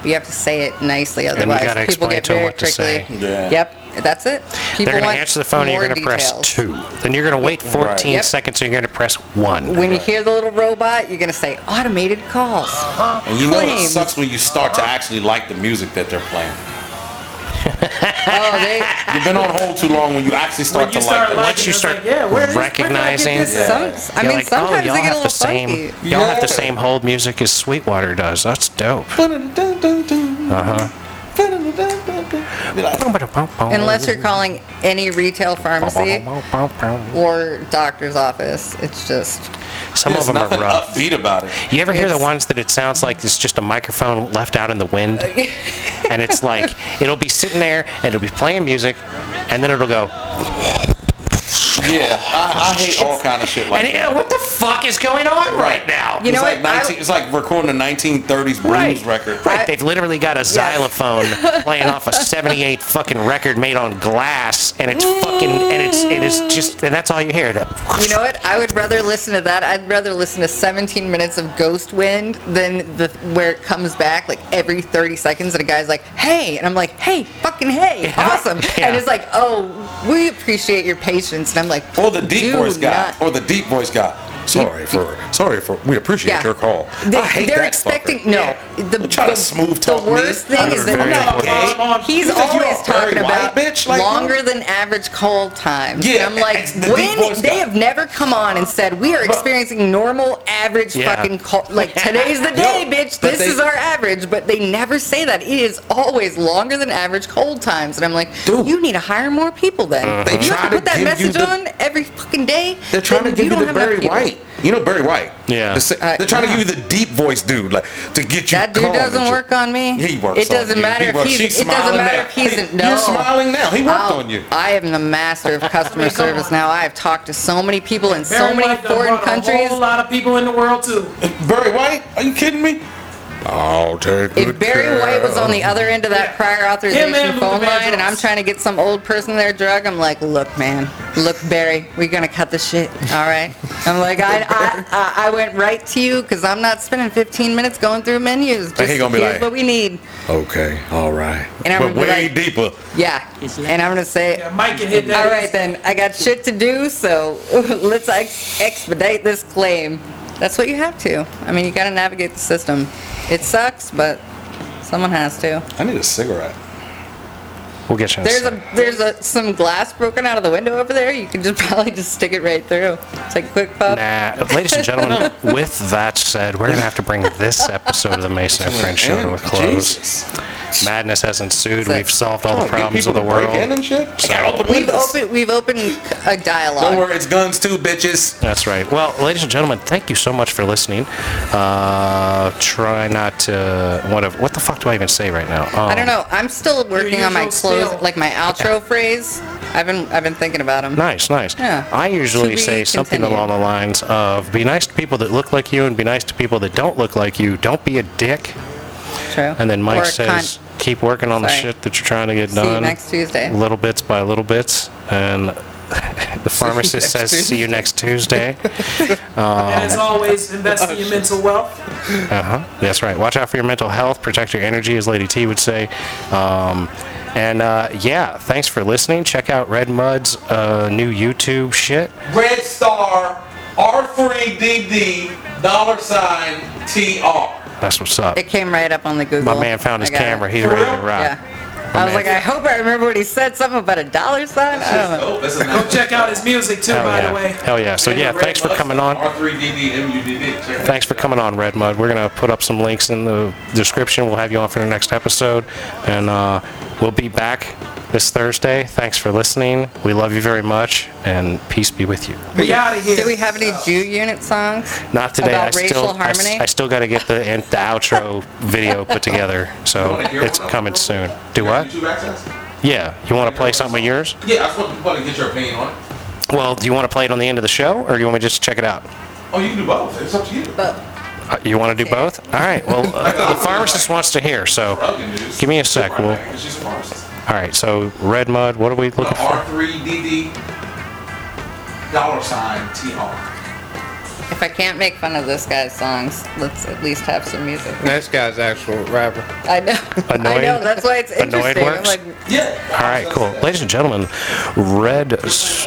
[SPEAKER 3] But you have to say it nicely,
[SPEAKER 1] you
[SPEAKER 3] otherwise
[SPEAKER 1] gotta
[SPEAKER 3] people
[SPEAKER 1] explain
[SPEAKER 3] get
[SPEAKER 1] to 'em
[SPEAKER 3] very
[SPEAKER 1] what to
[SPEAKER 3] prickly.
[SPEAKER 1] say.
[SPEAKER 4] Yeah.
[SPEAKER 3] Yep, that's it. People
[SPEAKER 1] They're going
[SPEAKER 3] want
[SPEAKER 1] to answer the phone and you're
[SPEAKER 3] more
[SPEAKER 1] going to press
[SPEAKER 3] details.
[SPEAKER 1] 2. Then you're going to wait 14
[SPEAKER 3] Yep.
[SPEAKER 1] seconds and you're going to press 1.
[SPEAKER 3] When you hear the little robot, you're gonna say automated calls.
[SPEAKER 1] Uh-huh.
[SPEAKER 4] And you know it
[SPEAKER 3] Claims.
[SPEAKER 4] sucks when you start to actually like the music that they're playing.
[SPEAKER 1] (laughs)
[SPEAKER 3] Oh, they,
[SPEAKER 4] You've been on hold too long when you actually start
[SPEAKER 2] When you
[SPEAKER 4] to
[SPEAKER 2] start
[SPEAKER 4] like
[SPEAKER 2] liking,
[SPEAKER 1] you
[SPEAKER 2] it's
[SPEAKER 1] start
[SPEAKER 2] like, yeah, where is,
[SPEAKER 1] recognizing-
[SPEAKER 2] Where did I get this?
[SPEAKER 4] Yeah.
[SPEAKER 3] some, I
[SPEAKER 1] You're
[SPEAKER 3] mean,
[SPEAKER 1] like, "Oh,
[SPEAKER 3] sometimes
[SPEAKER 1] y'all
[SPEAKER 3] they get a
[SPEAKER 1] have
[SPEAKER 3] little
[SPEAKER 1] the same,
[SPEAKER 3] funky.
[SPEAKER 1] Y'all have the
[SPEAKER 4] Yeah.
[SPEAKER 1] same hold music as Sweetwater does. That's dope.
[SPEAKER 4] them. Uh huh. Be like,
[SPEAKER 3] Unless you're calling any retail pharmacy
[SPEAKER 1] Some
[SPEAKER 3] or doctor's office, it's just
[SPEAKER 1] of
[SPEAKER 4] there's
[SPEAKER 1] them are
[SPEAKER 4] nothing
[SPEAKER 1] rough.
[SPEAKER 4] upbeat about it.
[SPEAKER 1] You ever hear the
[SPEAKER 3] It's-
[SPEAKER 1] ones that it sounds like it's just a microphone left out in the
[SPEAKER 3] (laughs)
[SPEAKER 1] wind? and it's like, it'll be sitting there and it'll be playing music and then it'll go,
[SPEAKER 4] Yeah, I, I hate all kind of shit like
[SPEAKER 1] and
[SPEAKER 4] that.
[SPEAKER 1] yeah, what the fuck is going on right now?
[SPEAKER 3] You know
[SPEAKER 4] it's like
[SPEAKER 3] what? I-
[SPEAKER 4] 19, it's like recording a 1930s blues record.
[SPEAKER 1] Right.
[SPEAKER 3] I-
[SPEAKER 1] They've literally got a
[SPEAKER 3] (laughs)
[SPEAKER 1] xylophone playing off a 78 fucking record made on glass and it's fucking and it's it is just and that's all you hear. The
[SPEAKER 3] You know what? I would rather listen to that. I'd rather listen to 17 minutes of Ghost Wind than the where it comes back like every 30 seconds and a guy's like, "Hey," and I'm like, "Hey, fucking hey,
[SPEAKER 1] Yeah.
[SPEAKER 3] awesome!"
[SPEAKER 1] Yeah.
[SPEAKER 3] And it's like, "Oh, we appreciate your patience," and I'm like,
[SPEAKER 4] Or the deep
[SPEAKER 3] "Do
[SPEAKER 4] voice guy.
[SPEAKER 3] not
[SPEAKER 4] Or the deep voice guy. Sorry for sorry for we appreciate
[SPEAKER 3] Yeah.
[SPEAKER 4] your call.
[SPEAKER 3] They,
[SPEAKER 4] I hate
[SPEAKER 3] are
[SPEAKER 4] that
[SPEAKER 3] expecting
[SPEAKER 4] fucker.
[SPEAKER 3] no.
[SPEAKER 4] Yeah.
[SPEAKER 3] The,
[SPEAKER 4] Don't try
[SPEAKER 3] the,
[SPEAKER 4] to smooth
[SPEAKER 3] the
[SPEAKER 4] talk me.
[SPEAKER 3] worst thing is
[SPEAKER 1] Very
[SPEAKER 3] that
[SPEAKER 1] important.
[SPEAKER 2] Mom, mom,
[SPEAKER 3] he's
[SPEAKER 4] You think you're
[SPEAKER 3] always
[SPEAKER 4] a
[SPEAKER 3] talking
[SPEAKER 4] very white
[SPEAKER 3] about
[SPEAKER 4] bitch? Like,
[SPEAKER 3] longer than average call times.
[SPEAKER 4] Yeah,
[SPEAKER 3] And I'm like,
[SPEAKER 4] it's the deep
[SPEAKER 3] when
[SPEAKER 4] voice
[SPEAKER 3] they
[SPEAKER 4] guy.
[SPEAKER 3] have never come on and said we are experiencing normal average
[SPEAKER 1] Yeah.
[SPEAKER 3] fucking call. Like
[SPEAKER 4] (laughs)
[SPEAKER 3] today's the day, bitch.
[SPEAKER 4] but
[SPEAKER 3] This
[SPEAKER 4] they-
[SPEAKER 3] is our average. But they never say that. It is always longer than average cold times. And I'm like,
[SPEAKER 4] Dude.
[SPEAKER 3] you need to hire more people then.
[SPEAKER 4] They
[SPEAKER 3] you have
[SPEAKER 4] try
[SPEAKER 3] to
[SPEAKER 4] to
[SPEAKER 3] put that
[SPEAKER 4] give you
[SPEAKER 3] message
[SPEAKER 4] the-
[SPEAKER 3] on every fucking day.
[SPEAKER 4] They're trying to
[SPEAKER 3] then
[SPEAKER 4] give you,
[SPEAKER 3] don't
[SPEAKER 4] the
[SPEAKER 3] have enough
[SPEAKER 4] Barry
[SPEAKER 3] people.
[SPEAKER 4] White. You know Barry White.
[SPEAKER 1] Yeah.
[SPEAKER 4] The sa-
[SPEAKER 3] Uh,
[SPEAKER 4] they're trying
[SPEAKER 3] yeah.
[SPEAKER 4] to give you the deep voice dude, like to get you.
[SPEAKER 3] That dude
[SPEAKER 4] calm and
[SPEAKER 3] doesn't
[SPEAKER 4] shit.
[SPEAKER 3] work on me.
[SPEAKER 4] He works
[SPEAKER 3] It doesn't
[SPEAKER 4] on you.
[SPEAKER 3] matter
[SPEAKER 4] He
[SPEAKER 3] if
[SPEAKER 4] works-
[SPEAKER 3] he's-
[SPEAKER 4] she's
[SPEAKER 3] it doesn't
[SPEAKER 4] smiling
[SPEAKER 3] matter
[SPEAKER 4] now.
[SPEAKER 3] if he's
[SPEAKER 4] Hey,
[SPEAKER 3] in- no.
[SPEAKER 4] You're smiling now. He worked
[SPEAKER 3] Oh,
[SPEAKER 4] on you.
[SPEAKER 3] I am the master of customer
[SPEAKER 2] mean, come
[SPEAKER 3] service
[SPEAKER 2] on.
[SPEAKER 3] now. I have talked to so many people in so
[SPEAKER 2] Barry
[SPEAKER 3] many
[SPEAKER 2] White done
[SPEAKER 3] foreign
[SPEAKER 2] brought A
[SPEAKER 3] countries.
[SPEAKER 2] whole lot of people in the world too.
[SPEAKER 4] Barry White? Are you kidding me? I'll take
[SPEAKER 3] If Barry White was on the other end of that
[SPEAKER 2] Yeah.
[SPEAKER 3] prior
[SPEAKER 2] Him and
[SPEAKER 3] authorization
[SPEAKER 2] Luther
[SPEAKER 3] phone line and
[SPEAKER 2] Vandross.
[SPEAKER 3] I'm trying to get some old person their drug, I'm like, look, man, look, Barry, we're going to cut the shit. All right. I'm like, I, I, I, I went right to you because I'm not spending 15 minutes going through menus. Just
[SPEAKER 4] And he gonna be
[SPEAKER 3] here's
[SPEAKER 4] like-
[SPEAKER 3] what we need.
[SPEAKER 4] Okay, all right.
[SPEAKER 3] And I'm
[SPEAKER 4] but
[SPEAKER 3] gonna be
[SPEAKER 4] way
[SPEAKER 3] like-
[SPEAKER 4] deeper.
[SPEAKER 3] Yeah. And I'm going to say,
[SPEAKER 2] Yeah, Mike can hit that.
[SPEAKER 3] All right, then. I got shit to do, so (laughs) let's ex- expedite this claim. That's what you have to. I mean, you got to navigate the system. It sucks, but someone has to.
[SPEAKER 4] I need a cigarette.
[SPEAKER 1] We'll get you. on
[SPEAKER 3] There's
[SPEAKER 1] side.
[SPEAKER 3] a there's a some glass broken out of the window over there. You can just (laughs) probably just stick it right through. Take a quick puff.
[SPEAKER 1] Nah, ladies and gentlemen, with that said, we're going to have to bring this episode of the Mason and French show to a close.
[SPEAKER 4] Jesus.
[SPEAKER 1] Madness has ensued.
[SPEAKER 3] So-
[SPEAKER 1] We've solved all the
[SPEAKER 4] Get
[SPEAKER 1] problems
[SPEAKER 4] people
[SPEAKER 1] of the
[SPEAKER 4] to break in
[SPEAKER 1] world.
[SPEAKER 4] and shit? I gotta open
[SPEAKER 3] We've
[SPEAKER 4] windows.
[SPEAKER 3] opened we've opened a
[SPEAKER 4] Don't
[SPEAKER 3] dialogue.
[SPEAKER 4] worry, it's guns too, bitches.
[SPEAKER 1] That's right. Well, ladies and gentlemen, thank you so much for listening. Uh, try not to. What, what the fuck do I even say right now? Um,
[SPEAKER 3] I don't know. I'm still working on my
[SPEAKER 2] usual
[SPEAKER 3] close
[SPEAKER 2] spiel.
[SPEAKER 3] like my outro phrase. I've been I've been thinking about them.
[SPEAKER 1] Oh, Nice, nice.
[SPEAKER 3] Yeah.
[SPEAKER 1] I usually
[SPEAKER 3] To be
[SPEAKER 1] say something
[SPEAKER 3] continued.
[SPEAKER 1] along the lines of be nice to people that look like you and be nice to people that don't look like you. Don't be a dick.
[SPEAKER 3] True.
[SPEAKER 1] And then
[SPEAKER 3] Or
[SPEAKER 1] Mike
[SPEAKER 3] a
[SPEAKER 1] says,
[SPEAKER 3] cunt.
[SPEAKER 1] keep working on the
[SPEAKER 3] Sorry.
[SPEAKER 1] shit that you're trying to get
[SPEAKER 3] you
[SPEAKER 1] done.
[SPEAKER 3] next Tuesday.
[SPEAKER 1] Little bits by little bits. And (laughs) the pharmacist says, see you next
[SPEAKER 3] (laughs)
[SPEAKER 1] Tuesday.
[SPEAKER 2] And
[SPEAKER 1] Oh,
[SPEAKER 2] as always, invest in your mental wealth.
[SPEAKER 1] Uh huh. That's right. Watch out for your mental health. Protect your energy, as Lady T would say. Um, and uh, yeah, thanks for listening. Check out Red Mud's uh, new YouTube shit.
[SPEAKER 4] Red Star R3DD dollar sign TR.
[SPEAKER 1] That's what's up.
[SPEAKER 3] It came right up on the Google.
[SPEAKER 1] My man found his
[SPEAKER 3] I got it.
[SPEAKER 1] camera. He's ready to rock.
[SPEAKER 3] Yeah.
[SPEAKER 1] My
[SPEAKER 3] I
[SPEAKER 1] man-
[SPEAKER 3] was like, I hope I remember what he said. Something about a dollar sign. I don't know.
[SPEAKER 4] Oh, this is
[SPEAKER 2] Go check out his music too,
[SPEAKER 1] Hell
[SPEAKER 2] by
[SPEAKER 1] yeah.
[SPEAKER 2] the way.
[SPEAKER 1] Hell yeah. So yeah, thanks for coming on.
[SPEAKER 4] R3DDMUDD.
[SPEAKER 1] Thanks for coming on, Red Mud. We're gonna put up some links in the description. We'll have you on for the next episode, and uh, we'll be back this Thursday. Thanks for listening. We love you very much, and peace be with you.
[SPEAKER 2] We out of here.
[SPEAKER 3] Do we have any Jew unit songs?
[SPEAKER 1] Not today.
[SPEAKER 3] About
[SPEAKER 1] I
[SPEAKER 3] racial
[SPEAKER 1] still, I s-
[SPEAKER 3] harmony?
[SPEAKER 1] I, still got to get the, and the
[SPEAKER 3] (laughs)
[SPEAKER 1] outro video put together, so
[SPEAKER 4] wanna hear
[SPEAKER 1] it's
[SPEAKER 4] one?
[SPEAKER 1] coming soon. Do what?
[SPEAKER 4] YouTube access?
[SPEAKER 1] Yeah. You want to play something of yours?
[SPEAKER 4] Yeah, I just want people to get your opinion on it.
[SPEAKER 1] Well, do you want to play it on the end of the show, or do you want me to just check it out?
[SPEAKER 4] Oh, you can do both. It's up to you.
[SPEAKER 3] But
[SPEAKER 1] Uh, You want to do both? All right. Well, uh, the pharmacist wants to hear, so give me a sec. We'll, all
[SPEAKER 4] She's a pharmacist.
[SPEAKER 1] right. So, Red Mud, what are we
[SPEAKER 4] The
[SPEAKER 1] looking for?
[SPEAKER 4] R3DD dollar sign TR.
[SPEAKER 3] if I can't make fun of this guy's songs, let's at least have some music.
[SPEAKER 5] This guy's actual rapper.
[SPEAKER 3] I know. I
[SPEAKER 1] Annoyed-
[SPEAKER 3] know. That's why it's
[SPEAKER 1] annoyed
[SPEAKER 3] interesting. I'm
[SPEAKER 1] works?
[SPEAKER 3] like,
[SPEAKER 4] Yeah.
[SPEAKER 1] All right, cool. Ladies and gentlemen, Red s-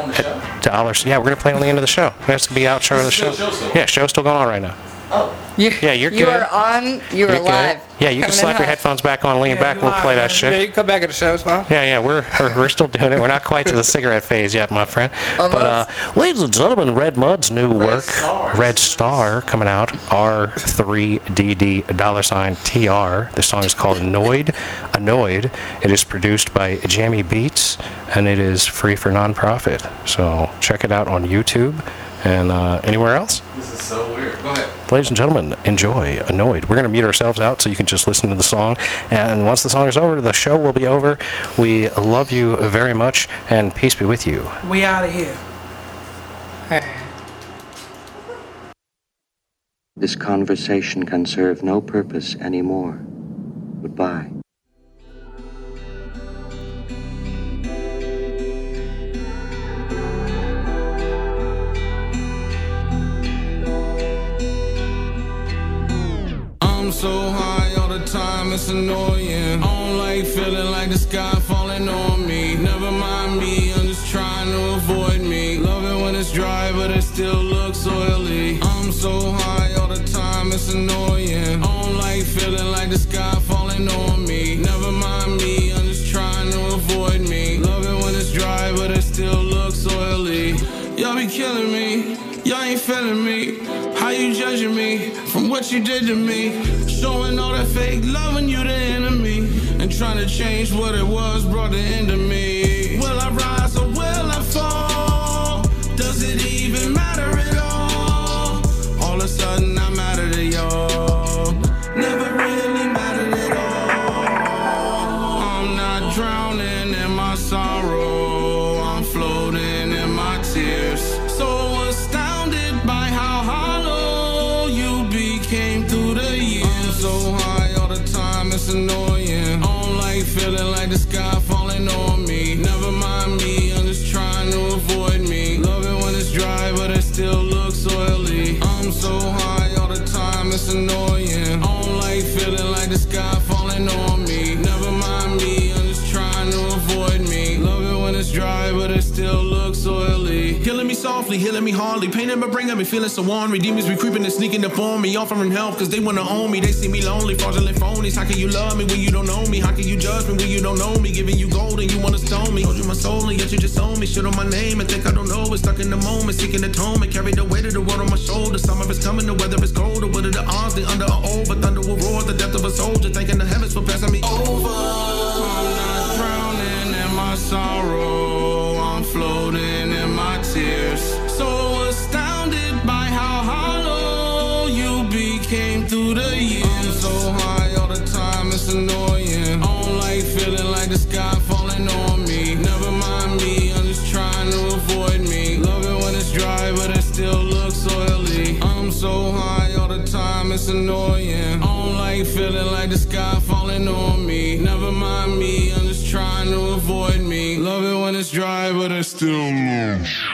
[SPEAKER 1] Dollars. Yeah, we're going to play on the end of the show. That's going to be outro of the show.
[SPEAKER 4] Still show's still on.
[SPEAKER 1] Yeah, show's still going on right now.
[SPEAKER 4] Oh,
[SPEAKER 3] you,
[SPEAKER 1] Yeah, you're
[SPEAKER 3] you
[SPEAKER 1] good.
[SPEAKER 3] are on. You are
[SPEAKER 1] You're good.
[SPEAKER 3] live.
[SPEAKER 1] Yeah, you can
[SPEAKER 3] Coming in
[SPEAKER 1] slap your
[SPEAKER 3] hot.
[SPEAKER 1] headphones back on, lean
[SPEAKER 2] Yeah,
[SPEAKER 1] back.
[SPEAKER 2] you
[SPEAKER 1] We'll
[SPEAKER 2] are,
[SPEAKER 1] play that
[SPEAKER 2] man.
[SPEAKER 1] shit.
[SPEAKER 5] Yeah, you can come back at the show, it's fine.
[SPEAKER 1] Yeah, yeah, we're we're we're still doing it. We're not quite to the cigarette phase yet, my friend. But uh, ladies and gentlemen, Red Mud's new work,
[SPEAKER 4] Stars.
[SPEAKER 1] Red Star, coming out. R3DD dollar sign TR. The song is called Annoyed. Annoyed. It is produced by Jammy Beats, and it is free for nonprofit. So check it out on YouTube and uh, anywhere else.
[SPEAKER 4] This is so weird. Go ahead.
[SPEAKER 1] Ladies and gentlemen, enjoy Annoyed. We're going to mute ourselves out so you can just listen to the song. And once the song is over, the show will be over. We love you very much, and peace be with you.
[SPEAKER 2] We out of here.
[SPEAKER 6] This conversation can serve no purpose anymore. Goodbye.
[SPEAKER 7] I'm so high all the time, it's annoying. I don't like feeling like the sky falling on me. Never mind me, I'm just trying to avoid me. Love it when it's dry, but it still looks oily. I'm so high all the time, it's annoying. I don't like feeling like the sky falling on me. Never mind me, I'm just trying to avoid me. Love it when it's dry, but it still looks oily. Y'all be killing me. Y'all ain't feeling me. How you judging me from what you did to me? Showing all that fake love when you the enemy. And trying to change what it was brought the end to me. Will I rise or will I fall? Does it even matter at all? All of a sudden I'm out of the y'all. Never really mattered at all. I'm not drowning in my sorrow. I'm floating in my tears. So astounded by how hollow you became through the years. I'm so high all the time, it's annoying. I don't like feeling like the sky falling on me. Never mind me, I'm just trying to avoid me. Love it when it's dry, but it still looks oily. I'm so high all the time, it's annoying. I don't like feeling like the sky falling on me. Never mind me, I'm just trying to avoid me. Love it when it's dry, but it still looks oily. Killing me softly, healing me hardly. Painting my brain got me feeling so warm. Demons be creeping and sneaking up on me. Offering help, cause they wanna own me. They see me lonely, fraudulent phonies. How can you love me when you don't know me? How can you judge me when you don't know me? Giving you gold and you wanna stone me. Told you my soul and yet you just own me. Shit on my name and think I don't know. It's stuck in the moment, seeking atonement. Carry the weight of the world on my shoulders. Some of it's coming, the weather is colder. What are the odds? They under a old, but thunder will roar. The death of a soldier, thanking the heavens for passing me over. I'm not drowning in my sorrow. I'm floating in my tears. So astounded by how hollow you became through the years. I'm so high all the time, it's annoying. I don't like feeling like the sky falling on me. Never mind me, I'm just trying to avoid me. Love it when it's dry, but it still looks oily. I'm so high all the time, it's annoying. I don't like feeling like the sky falling on me. Never mind me, I'm just trying to avoid me. Love it when it's dry, but it still looks.